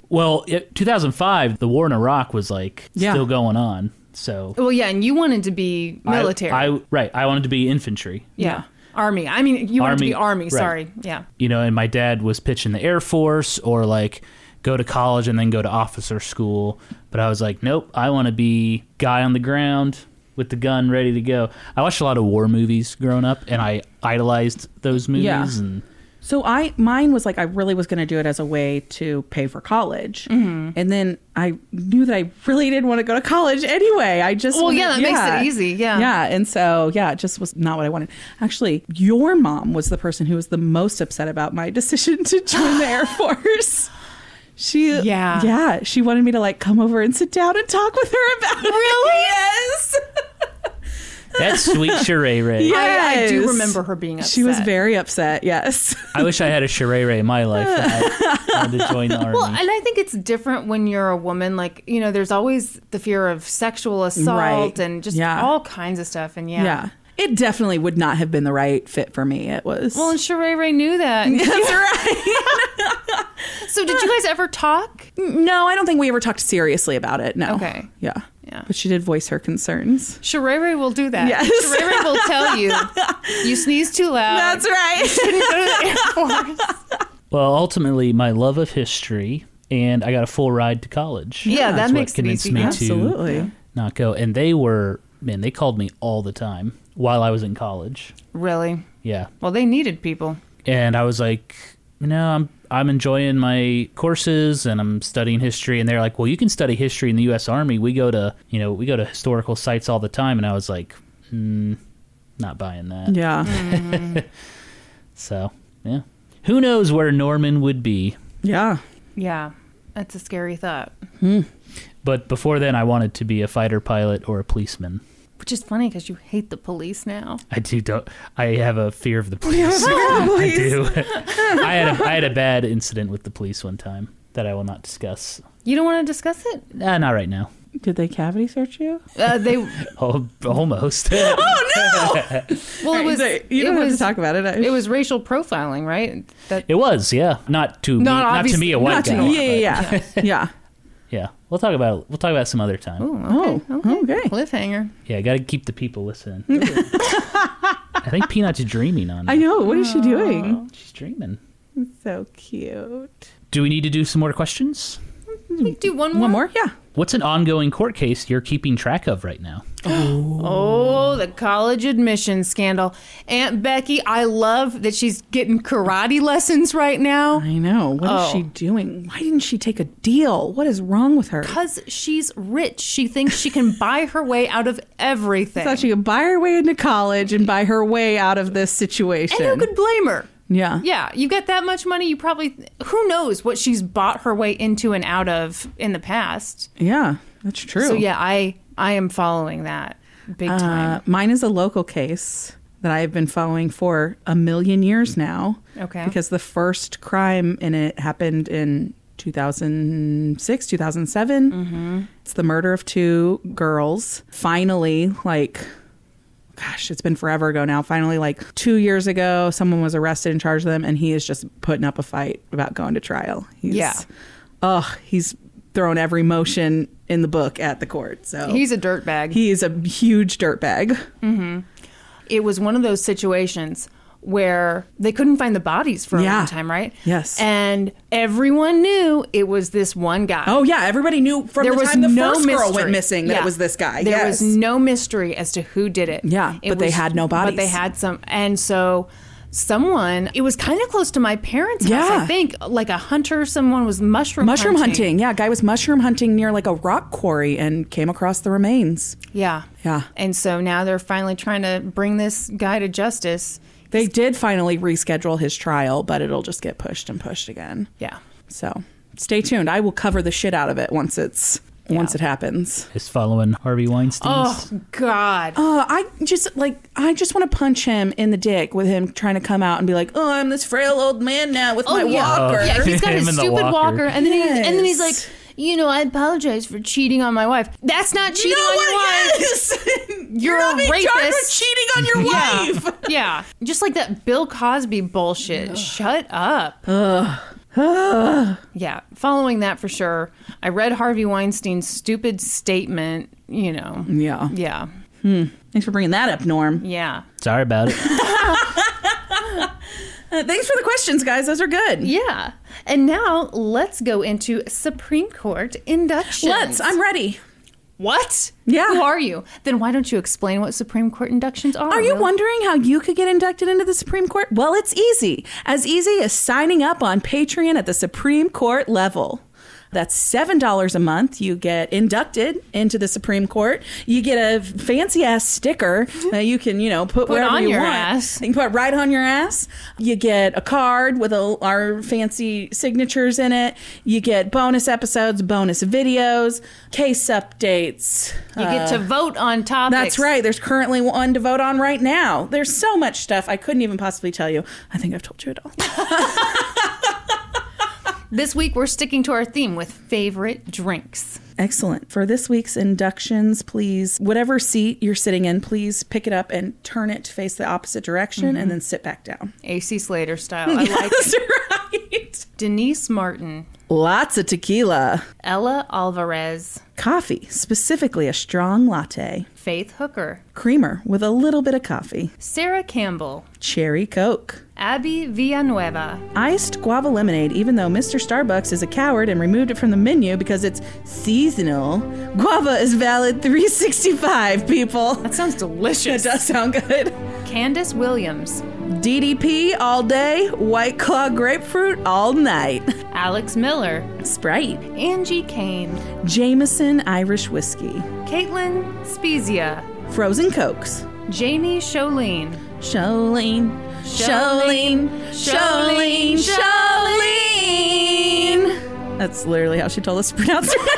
Speaker 3: well. It, 2005, the war in Iraq was like
Speaker 2: Yeah.
Speaker 3: still going on. So
Speaker 1: Well, yeah, and you wanted to be
Speaker 3: I-
Speaker 1: military.
Speaker 3: I, right. I wanted to be infantry.
Speaker 1: yeah.
Speaker 2: yeah.
Speaker 1: Army. I mean, you wanted to be army.
Speaker 3: Army, right. Mm-hmm.
Speaker 1: Sorry. Yeah.
Speaker 3: you know, and my dad was pitching the Air Force or like go to college and then go to officer school. But I was like, nope, I want to be guy on the ground with the gun ready to go. I watched a lot of war movies growing up and I idolized those movies.
Speaker 2: Yeah.
Speaker 3: And
Speaker 2: So I mine was like I really was going to do it as a way to pay for college,
Speaker 1: Mm-hmm.
Speaker 2: and then I knew that I really didn't want to go to college anyway. I just
Speaker 1: Well,
Speaker 2: wanted-
Speaker 1: yeah, that makes it easy, yeah.
Speaker 2: yeah, and so yeah, it just was not what I wanted. Actually, your mom was the person who was the most upset about my *laughs* decision to join the
Speaker 1: *laughs*
Speaker 2: Air Force. She
Speaker 1: Yeah.
Speaker 2: yeah she wanted me to like come over and sit down and talk with her about it. Really? *laughs* yes.
Speaker 3: that's sweet
Speaker 1: *laughs*
Speaker 3: Sheree Ray.
Speaker 1: I, I do
Speaker 2: Yes.
Speaker 1: remember her being upset.
Speaker 2: She was very upset. Yes.
Speaker 3: I wish I had a Sheree Ray in my life that I wanted to join the Army.
Speaker 1: *laughs* Well, and I think it's different when you're a woman. Like, you know, there's always the fear of sexual assault
Speaker 2: Right.
Speaker 1: and just
Speaker 2: Yeah.
Speaker 1: all kinds of stuff. And yeah.
Speaker 2: Yeah. *laughs* It definitely would not have *laughs* been the right fit for me. It
Speaker 1: *laughs*
Speaker 2: was. *laughs*
Speaker 1: Well, and Sheree Ray knew that.
Speaker 2: that's right.
Speaker 1: So did you guys ever talk?
Speaker 2: No, I don't think we ever talked seriously about it. No.
Speaker 1: Okay.
Speaker 2: Yeah.
Speaker 1: Yeah.
Speaker 2: But she did voice her concerns.
Speaker 1: Sherere will do that.
Speaker 2: Yes.
Speaker 1: Sherere will tell you you sneeze too loud.
Speaker 2: right.
Speaker 1: Didn't go to the Air Force.
Speaker 3: Well, ultimately, my love of history, and I got a full ride to
Speaker 1: *laughs*
Speaker 3: college.
Speaker 1: Yeah, that
Speaker 3: That's
Speaker 1: makes
Speaker 3: what
Speaker 1: it
Speaker 3: convinced
Speaker 1: easy.
Speaker 3: me
Speaker 2: Absolutely.
Speaker 3: to not go. And they were man, they called me all the time while I was in college.
Speaker 1: Really?
Speaker 3: Yeah,
Speaker 1: Well, they needed people.
Speaker 3: and I was like, no, I'm I'm enjoying my courses and I'm studying history. And they're like, well, you can study history in the U.S. Army. We go to you know we go to historical sites all the time. And I was like, mm, not buying that.
Speaker 2: Yeah.
Speaker 3: So yeah, who knows where Norman would be?
Speaker 2: Yeah.
Speaker 1: Yeah. That's a scary thought.
Speaker 3: But before then, I wanted to be a fighter pilot or a policeman.
Speaker 1: Which is funny because you hate the police now.
Speaker 3: I do don't. I have a
Speaker 2: *laughs*
Speaker 3: fear of the police. I do. I had a, I had a bad incident with the police one time that I will not discuss.
Speaker 1: You don't want to discuss it?
Speaker 3: Uh, not right now.
Speaker 2: Did they cavity search you?
Speaker 1: Uh, they *laughs*
Speaker 3: Oh,
Speaker 2: *laughs*
Speaker 3: almost.
Speaker 1: well, it was
Speaker 2: So you don't
Speaker 1: it
Speaker 2: have
Speaker 1: was
Speaker 2: to talk about it. I-
Speaker 1: it was racial profiling, right? That
Speaker 3: it was. Yeah. Not to
Speaker 1: Not
Speaker 3: me, not to
Speaker 1: obvious-
Speaker 3: me a white
Speaker 2: Not to-
Speaker 3: guy.
Speaker 2: yeah, yeah, yeah,
Speaker 1: *laughs*
Speaker 2: yeah.
Speaker 3: but yeah. We'll talk about it. we'll talk about it some other time.
Speaker 1: oh, okay,
Speaker 2: Oh,
Speaker 1: okay.
Speaker 2: okay.
Speaker 1: cliffhanger.
Speaker 3: Yeah. Got to keep the people
Speaker 2: *laughs*
Speaker 3: listening. I think Peanut's dreaming on.
Speaker 2: I
Speaker 3: it.
Speaker 2: know. What is she doing?
Speaker 3: She's dreaming.
Speaker 2: So cute.
Speaker 3: Do we need to do some more questions?
Speaker 1: We do one more.
Speaker 2: One more? Yeah.
Speaker 3: What's an ongoing court case you're keeping track of right now?
Speaker 1: Oh, the college admission scandal. Aunt Becky, I love that she's getting karate lessons right now
Speaker 2: I know. What is
Speaker 1: Oh.
Speaker 2: she doing? Why didn't she take a deal? What is wrong with her?
Speaker 1: because she's rich. She thinks she can buy her way out of
Speaker 3: *laughs*
Speaker 1: everything.
Speaker 2: thought she could buy her way into college and buy her way out of this situation.
Speaker 1: and who could blame her?
Speaker 2: yeah.
Speaker 1: Yeah, you get that much money, you probably who knows what she's bought her way into and out of in the past.
Speaker 2: Yeah, that's true.
Speaker 1: So yeah, I I am following that big time.
Speaker 2: Uh, mine is a local case that I've been following for a million years now.
Speaker 1: Okay.
Speaker 2: Because the first crime in it happened in 2006, 2007.
Speaker 1: Mm-hmm.
Speaker 2: It's the murder of two girls. Finally, like, gosh, it's been forever ago now. Finally, like two years ago, someone was arrested and charged them, and he is just putting up a fight about going to trial. He's,
Speaker 1: Yeah.
Speaker 2: Ugh, he's thrown every motion in the book at the court. So
Speaker 1: He's a dirtbag.
Speaker 2: Oh. he is a huge dirtbag.
Speaker 1: it was one of those situations where they couldn't find the bodies for a
Speaker 2: Yeah.
Speaker 1: long time, right?
Speaker 2: Yes.
Speaker 1: And everyone knew it was this one guy.
Speaker 2: Oh yeah, everybody knew from
Speaker 1: there
Speaker 2: the
Speaker 1: was
Speaker 2: time the
Speaker 1: no
Speaker 2: first
Speaker 1: mystery.
Speaker 2: girl went missing that
Speaker 1: Yeah.
Speaker 2: it was this guy.
Speaker 1: There
Speaker 2: yes.
Speaker 1: was no mystery as to who did it.
Speaker 2: Yeah,
Speaker 1: It
Speaker 2: but they
Speaker 1: was-
Speaker 2: had no
Speaker 1: But
Speaker 2: bodies.
Speaker 1: they had some, and so someone. It was kind of close to my parents' house,
Speaker 2: Yeah.
Speaker 1: I think. Like a hunter, someone was mushroom
Speaker 2: mushroom hunting. Yeah, guy was mushroom hunting near like a rock quarry and came across the remains.
Speaker 1: Yeah,
Speaker 2: Yeah.
Speaker 1: And so now they're finally trying to bring this guy to justice.
Speaker 2: They did finally reschedule his trial, but it'll just get pushed and pushed again.
Speaker 1: Yeah.
Speaker 2: So stay tuned. I will cover the shit out of it once it's once it happens.
Speaker 3: Is following Harvey
Speaker 1: Oh
Speaker 3: Weinstein's?
Speaker 1: God.
Speaker 2: Uh, I just like I just want to punch him in the dick with him trying to come out and be like, "Oh, I'm this frail old man now with my
Speaker 1: Oh, yeah.
Speaker 2: walker."
Speaker 1: Yeah, he's got
Speaker 3: Oh, *laughs* Him
Speaker 1: his
Speaker 3: and the
Speaker 1: stupid walker.
Speaker 3: walker.
Speaker 1: and then he, and then he's like,
Speaker 2: Yes.
Speaker 1: you know, I apologize for cheating on my wife. That's not cheating
Speaker 2: no
Speaker 1: on
Speaker 2: one
Speaker 1: your wife.
Speaker 2: *laughs* is.
Speaker 1: You're
Speaker 2: not
Speaker 1: a
Speaker 2: being charged with
Speaker 1: rapist.
Speaker 2: cheating on your wife.
Speaker 1: Yeah, just like that Bill Cosby bullshit. Shut up. *sighs* yeah, following that for sure. I read Harvey Weinstein's stupid statement. You know.
Speaker 2: Yeah.
Speaker 1: Yeah.
Speaker 2: Thanks for bringing that up, Norm.
Speaker 1: Yeah.
Speaker 3: Sorry about it.
Speaker 2: Uh, thanks for the questions, guys. Those are good.
Speaker 1: Yeah. And now let's go into Supreme Court inductions.
Speaker 2: Let's. I'm ready.
Speaker 1: What?
Speaker 2: Yeah.
Speaker 1: Who are you? Then why don't you explain what Supreme Court inductions are?
Speaker 2: Are you
Speaker 1: Will?
Speaker 2: wondering how you could get inducted into the Supreme Court? Well, it's easy. As easy as signing up on Patreon at the Supreme Court level. That's $7 a month. You get inducted into the Supreme Court. You get a fancy ass sticker that you can, you know, put, wherever
Speaker 1: on
Speaker 2: you
Speaker 1: your
Speaker 2: want.
Speaker 1: ass.
Speaker 2: You can put right on your ass. You get a card with a, our fancy signatures in it. You get bonus episodes, bonus videos, case updates.
Speaker 1: You get to vote on topics.
Speaker 2: Uh, That's right. There's currently one to vote on right now. There's so much stuff I couldn't even possibly tell you. I think I've told you it all.
Speaker 1: This week we're sticking to our theme with favorite drinks.
Speaker 2: Excellent. For this week's inductions, please, whatever seat you're sitting in, please pick it up and turn it to Mm-hmm. face the opposite direction and then sit back down. *laughs*
Speaker 1: AC Slater style. I like
Speaker 2: That's right.
Speaker 1: Denise Martin,
Speaker 2: Lots of tequila.
Speaker 1: Ella Alvarez,
Speaker 2: Coffee, specifically a strong latte.
Speaker 1: Faith Hooker,
Speaker 2: Creamer with a little bit of coffee.
Speaker 1: Sarah Campbell,
Speaker 2: Cherry Coke.
Speaker 1: Abby Villanueva,
Speaker 2: Iced guava lemonade, even though Mr. Starbucks is a coward and removed it from the menu because it's seasonal. Guava is valid 365, people.
Speaker 1: That sounds
Speaker 2: That *laughs*
Speaker 1: delicious.
Speaker 2: does sound good.
Speaker 1: Candace Williams,
Speaker 2: DDP all day, White Claw grapefruit all night.
Speaker 1: Alex Miller,
Speaker 2: Sprite.
Speaker 1: Angie Kane,
Speaker 2: Jameson Irish whiskey.
Speaker 1: Caitlin Spezia,
Speaker 2: Frozen Cokes.
Speaker 1: Jamie Cholene,
Speaker 2: Charlene,
Speaker 1: Charlene, Charlene,
Speaker 2: Charlene. That's literally how she told us to pronounce it.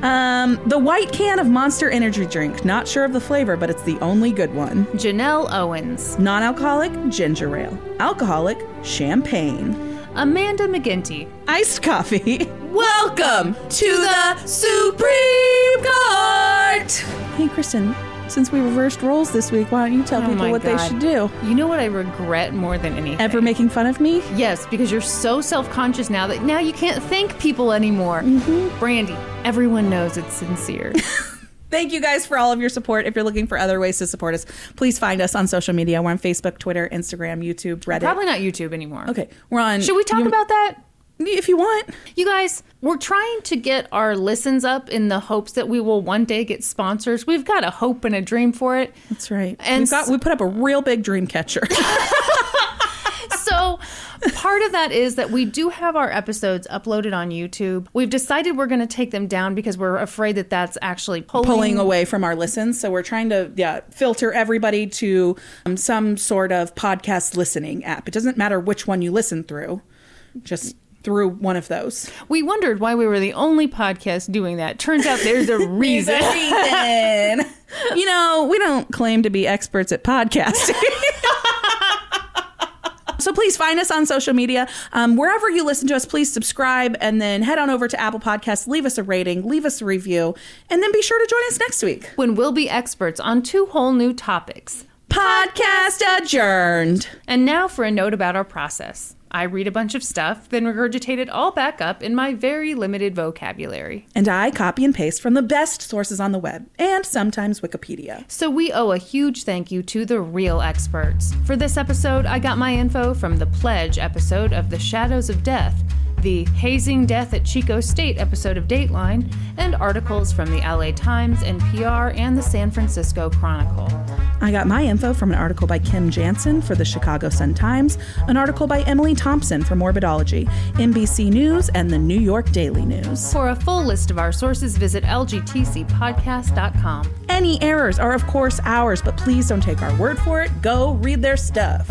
Speaker 2: *laughs* um, the white can of Monster Energy drink. Not sure of the flavor, but it's the only good one.
Speaker 1: Janelle Owens,
Speaker 2: Non alcoholic, ginger ale. Alcoholic, champagne.
Speaker 1: Amanda McGinty,
Speaker 2: Iced coffee. *laughs* Welcome to the Supreme Court. Hey, Kristen, since we reversed roles this week, why don't you tell
Speaker 1: Oh
Speaker 2: people
Speaker 1: my
Speaker 2: what they
Speaker 1: God.
Speaker 2: should do?
Speaker 1: You know what I regret more than anything?
Speaker 2: Ever making fun of me?
Speaker 1: Yes, because you're so self-conscious now that now you can't thank people anymore.
Speaker 2: Mm-hmm.
Speaker 1: Brandy, everyone knows it's
Speaker 2: *laughs*
Speaker 1: sincere.
Speaker 2: Thank you guys for all of your support. If you're looking for other ways to support us, please find us on social media. We're on Facebook, Twitter, Instagram, YouTube, Reddit.
Speaker 1: Probably not YouTube anymore.
Speaker 2: Okay, we're on.
Speaker 1: Should we talk
Speaker 2: you-
Speaker 1: about that?
Speaker 2: if you want?
Speaker 1: You guys, we're trying to get our listens up in the hopes that we will one day get sponsors. We've got a hope and a dream for *laughs* it.
Speaker 2: That's right.
Speaker 1: And
Speaker 2: And got,
Speaker 1: s-
Speaker 2: we put up a real big
Speaker 1: *laughs*
Speaker 2: dream catcher.
Speaker 1: So, part of that is that we do have our episodes uploaded on YouTube. We've decided we're going to take them down because we're afraid that that's actually pulling,
Speaker 2: *laughs* pulling away from our listens. So we're trying to yeah filter everybody to um, some sort of podcast listening app. It doesn't matter which one you listen through, just through one of those.
Speaker 1: We wondered why we were the only podcast doing that. Turns out *laughs* there's a reason.
Speaker 2: Reason. *laughs* you know, we don't claim to be experts at podcasting. So please find us on social media. Um, wherever you listen to us, please subscribe and then head on over to Apple Podcasts, leave us a rating, leave us a review, and then be sure to join us next week.
Speaker 1: when we'll be experts on two whole new topics.
Speaker 2: Podcast adjourned.
Speaker 1: And now for a note about our process. I read a bunch of stuff, then regurgitate it all back up in my very limited vocabulary.
Speaker 2: And I copy and paste from the best sources on the web and sometimes Wikipedia.
Speaker 1: So we owe a huge thank you to the real experts. For this episode, I got my info from the Pledge episode of The Shadows of Death, the Hazing Death at Chico State episode of Dateline, and articles from the LA Times, NPR, and the San Francisco Chronicle.
Speaker 2: I got my info from an article by Kim Jansen for the Chicago Sun Times, an article by Emily Thompson for Morbidology, NBC News, and the New York Daily News.
Speaker 1: For a full list of our sources, visit lgtcpodcast.com.
Speaker 2: Any errors are, of course, ours, but please don't take our word for it. Go read their stuff.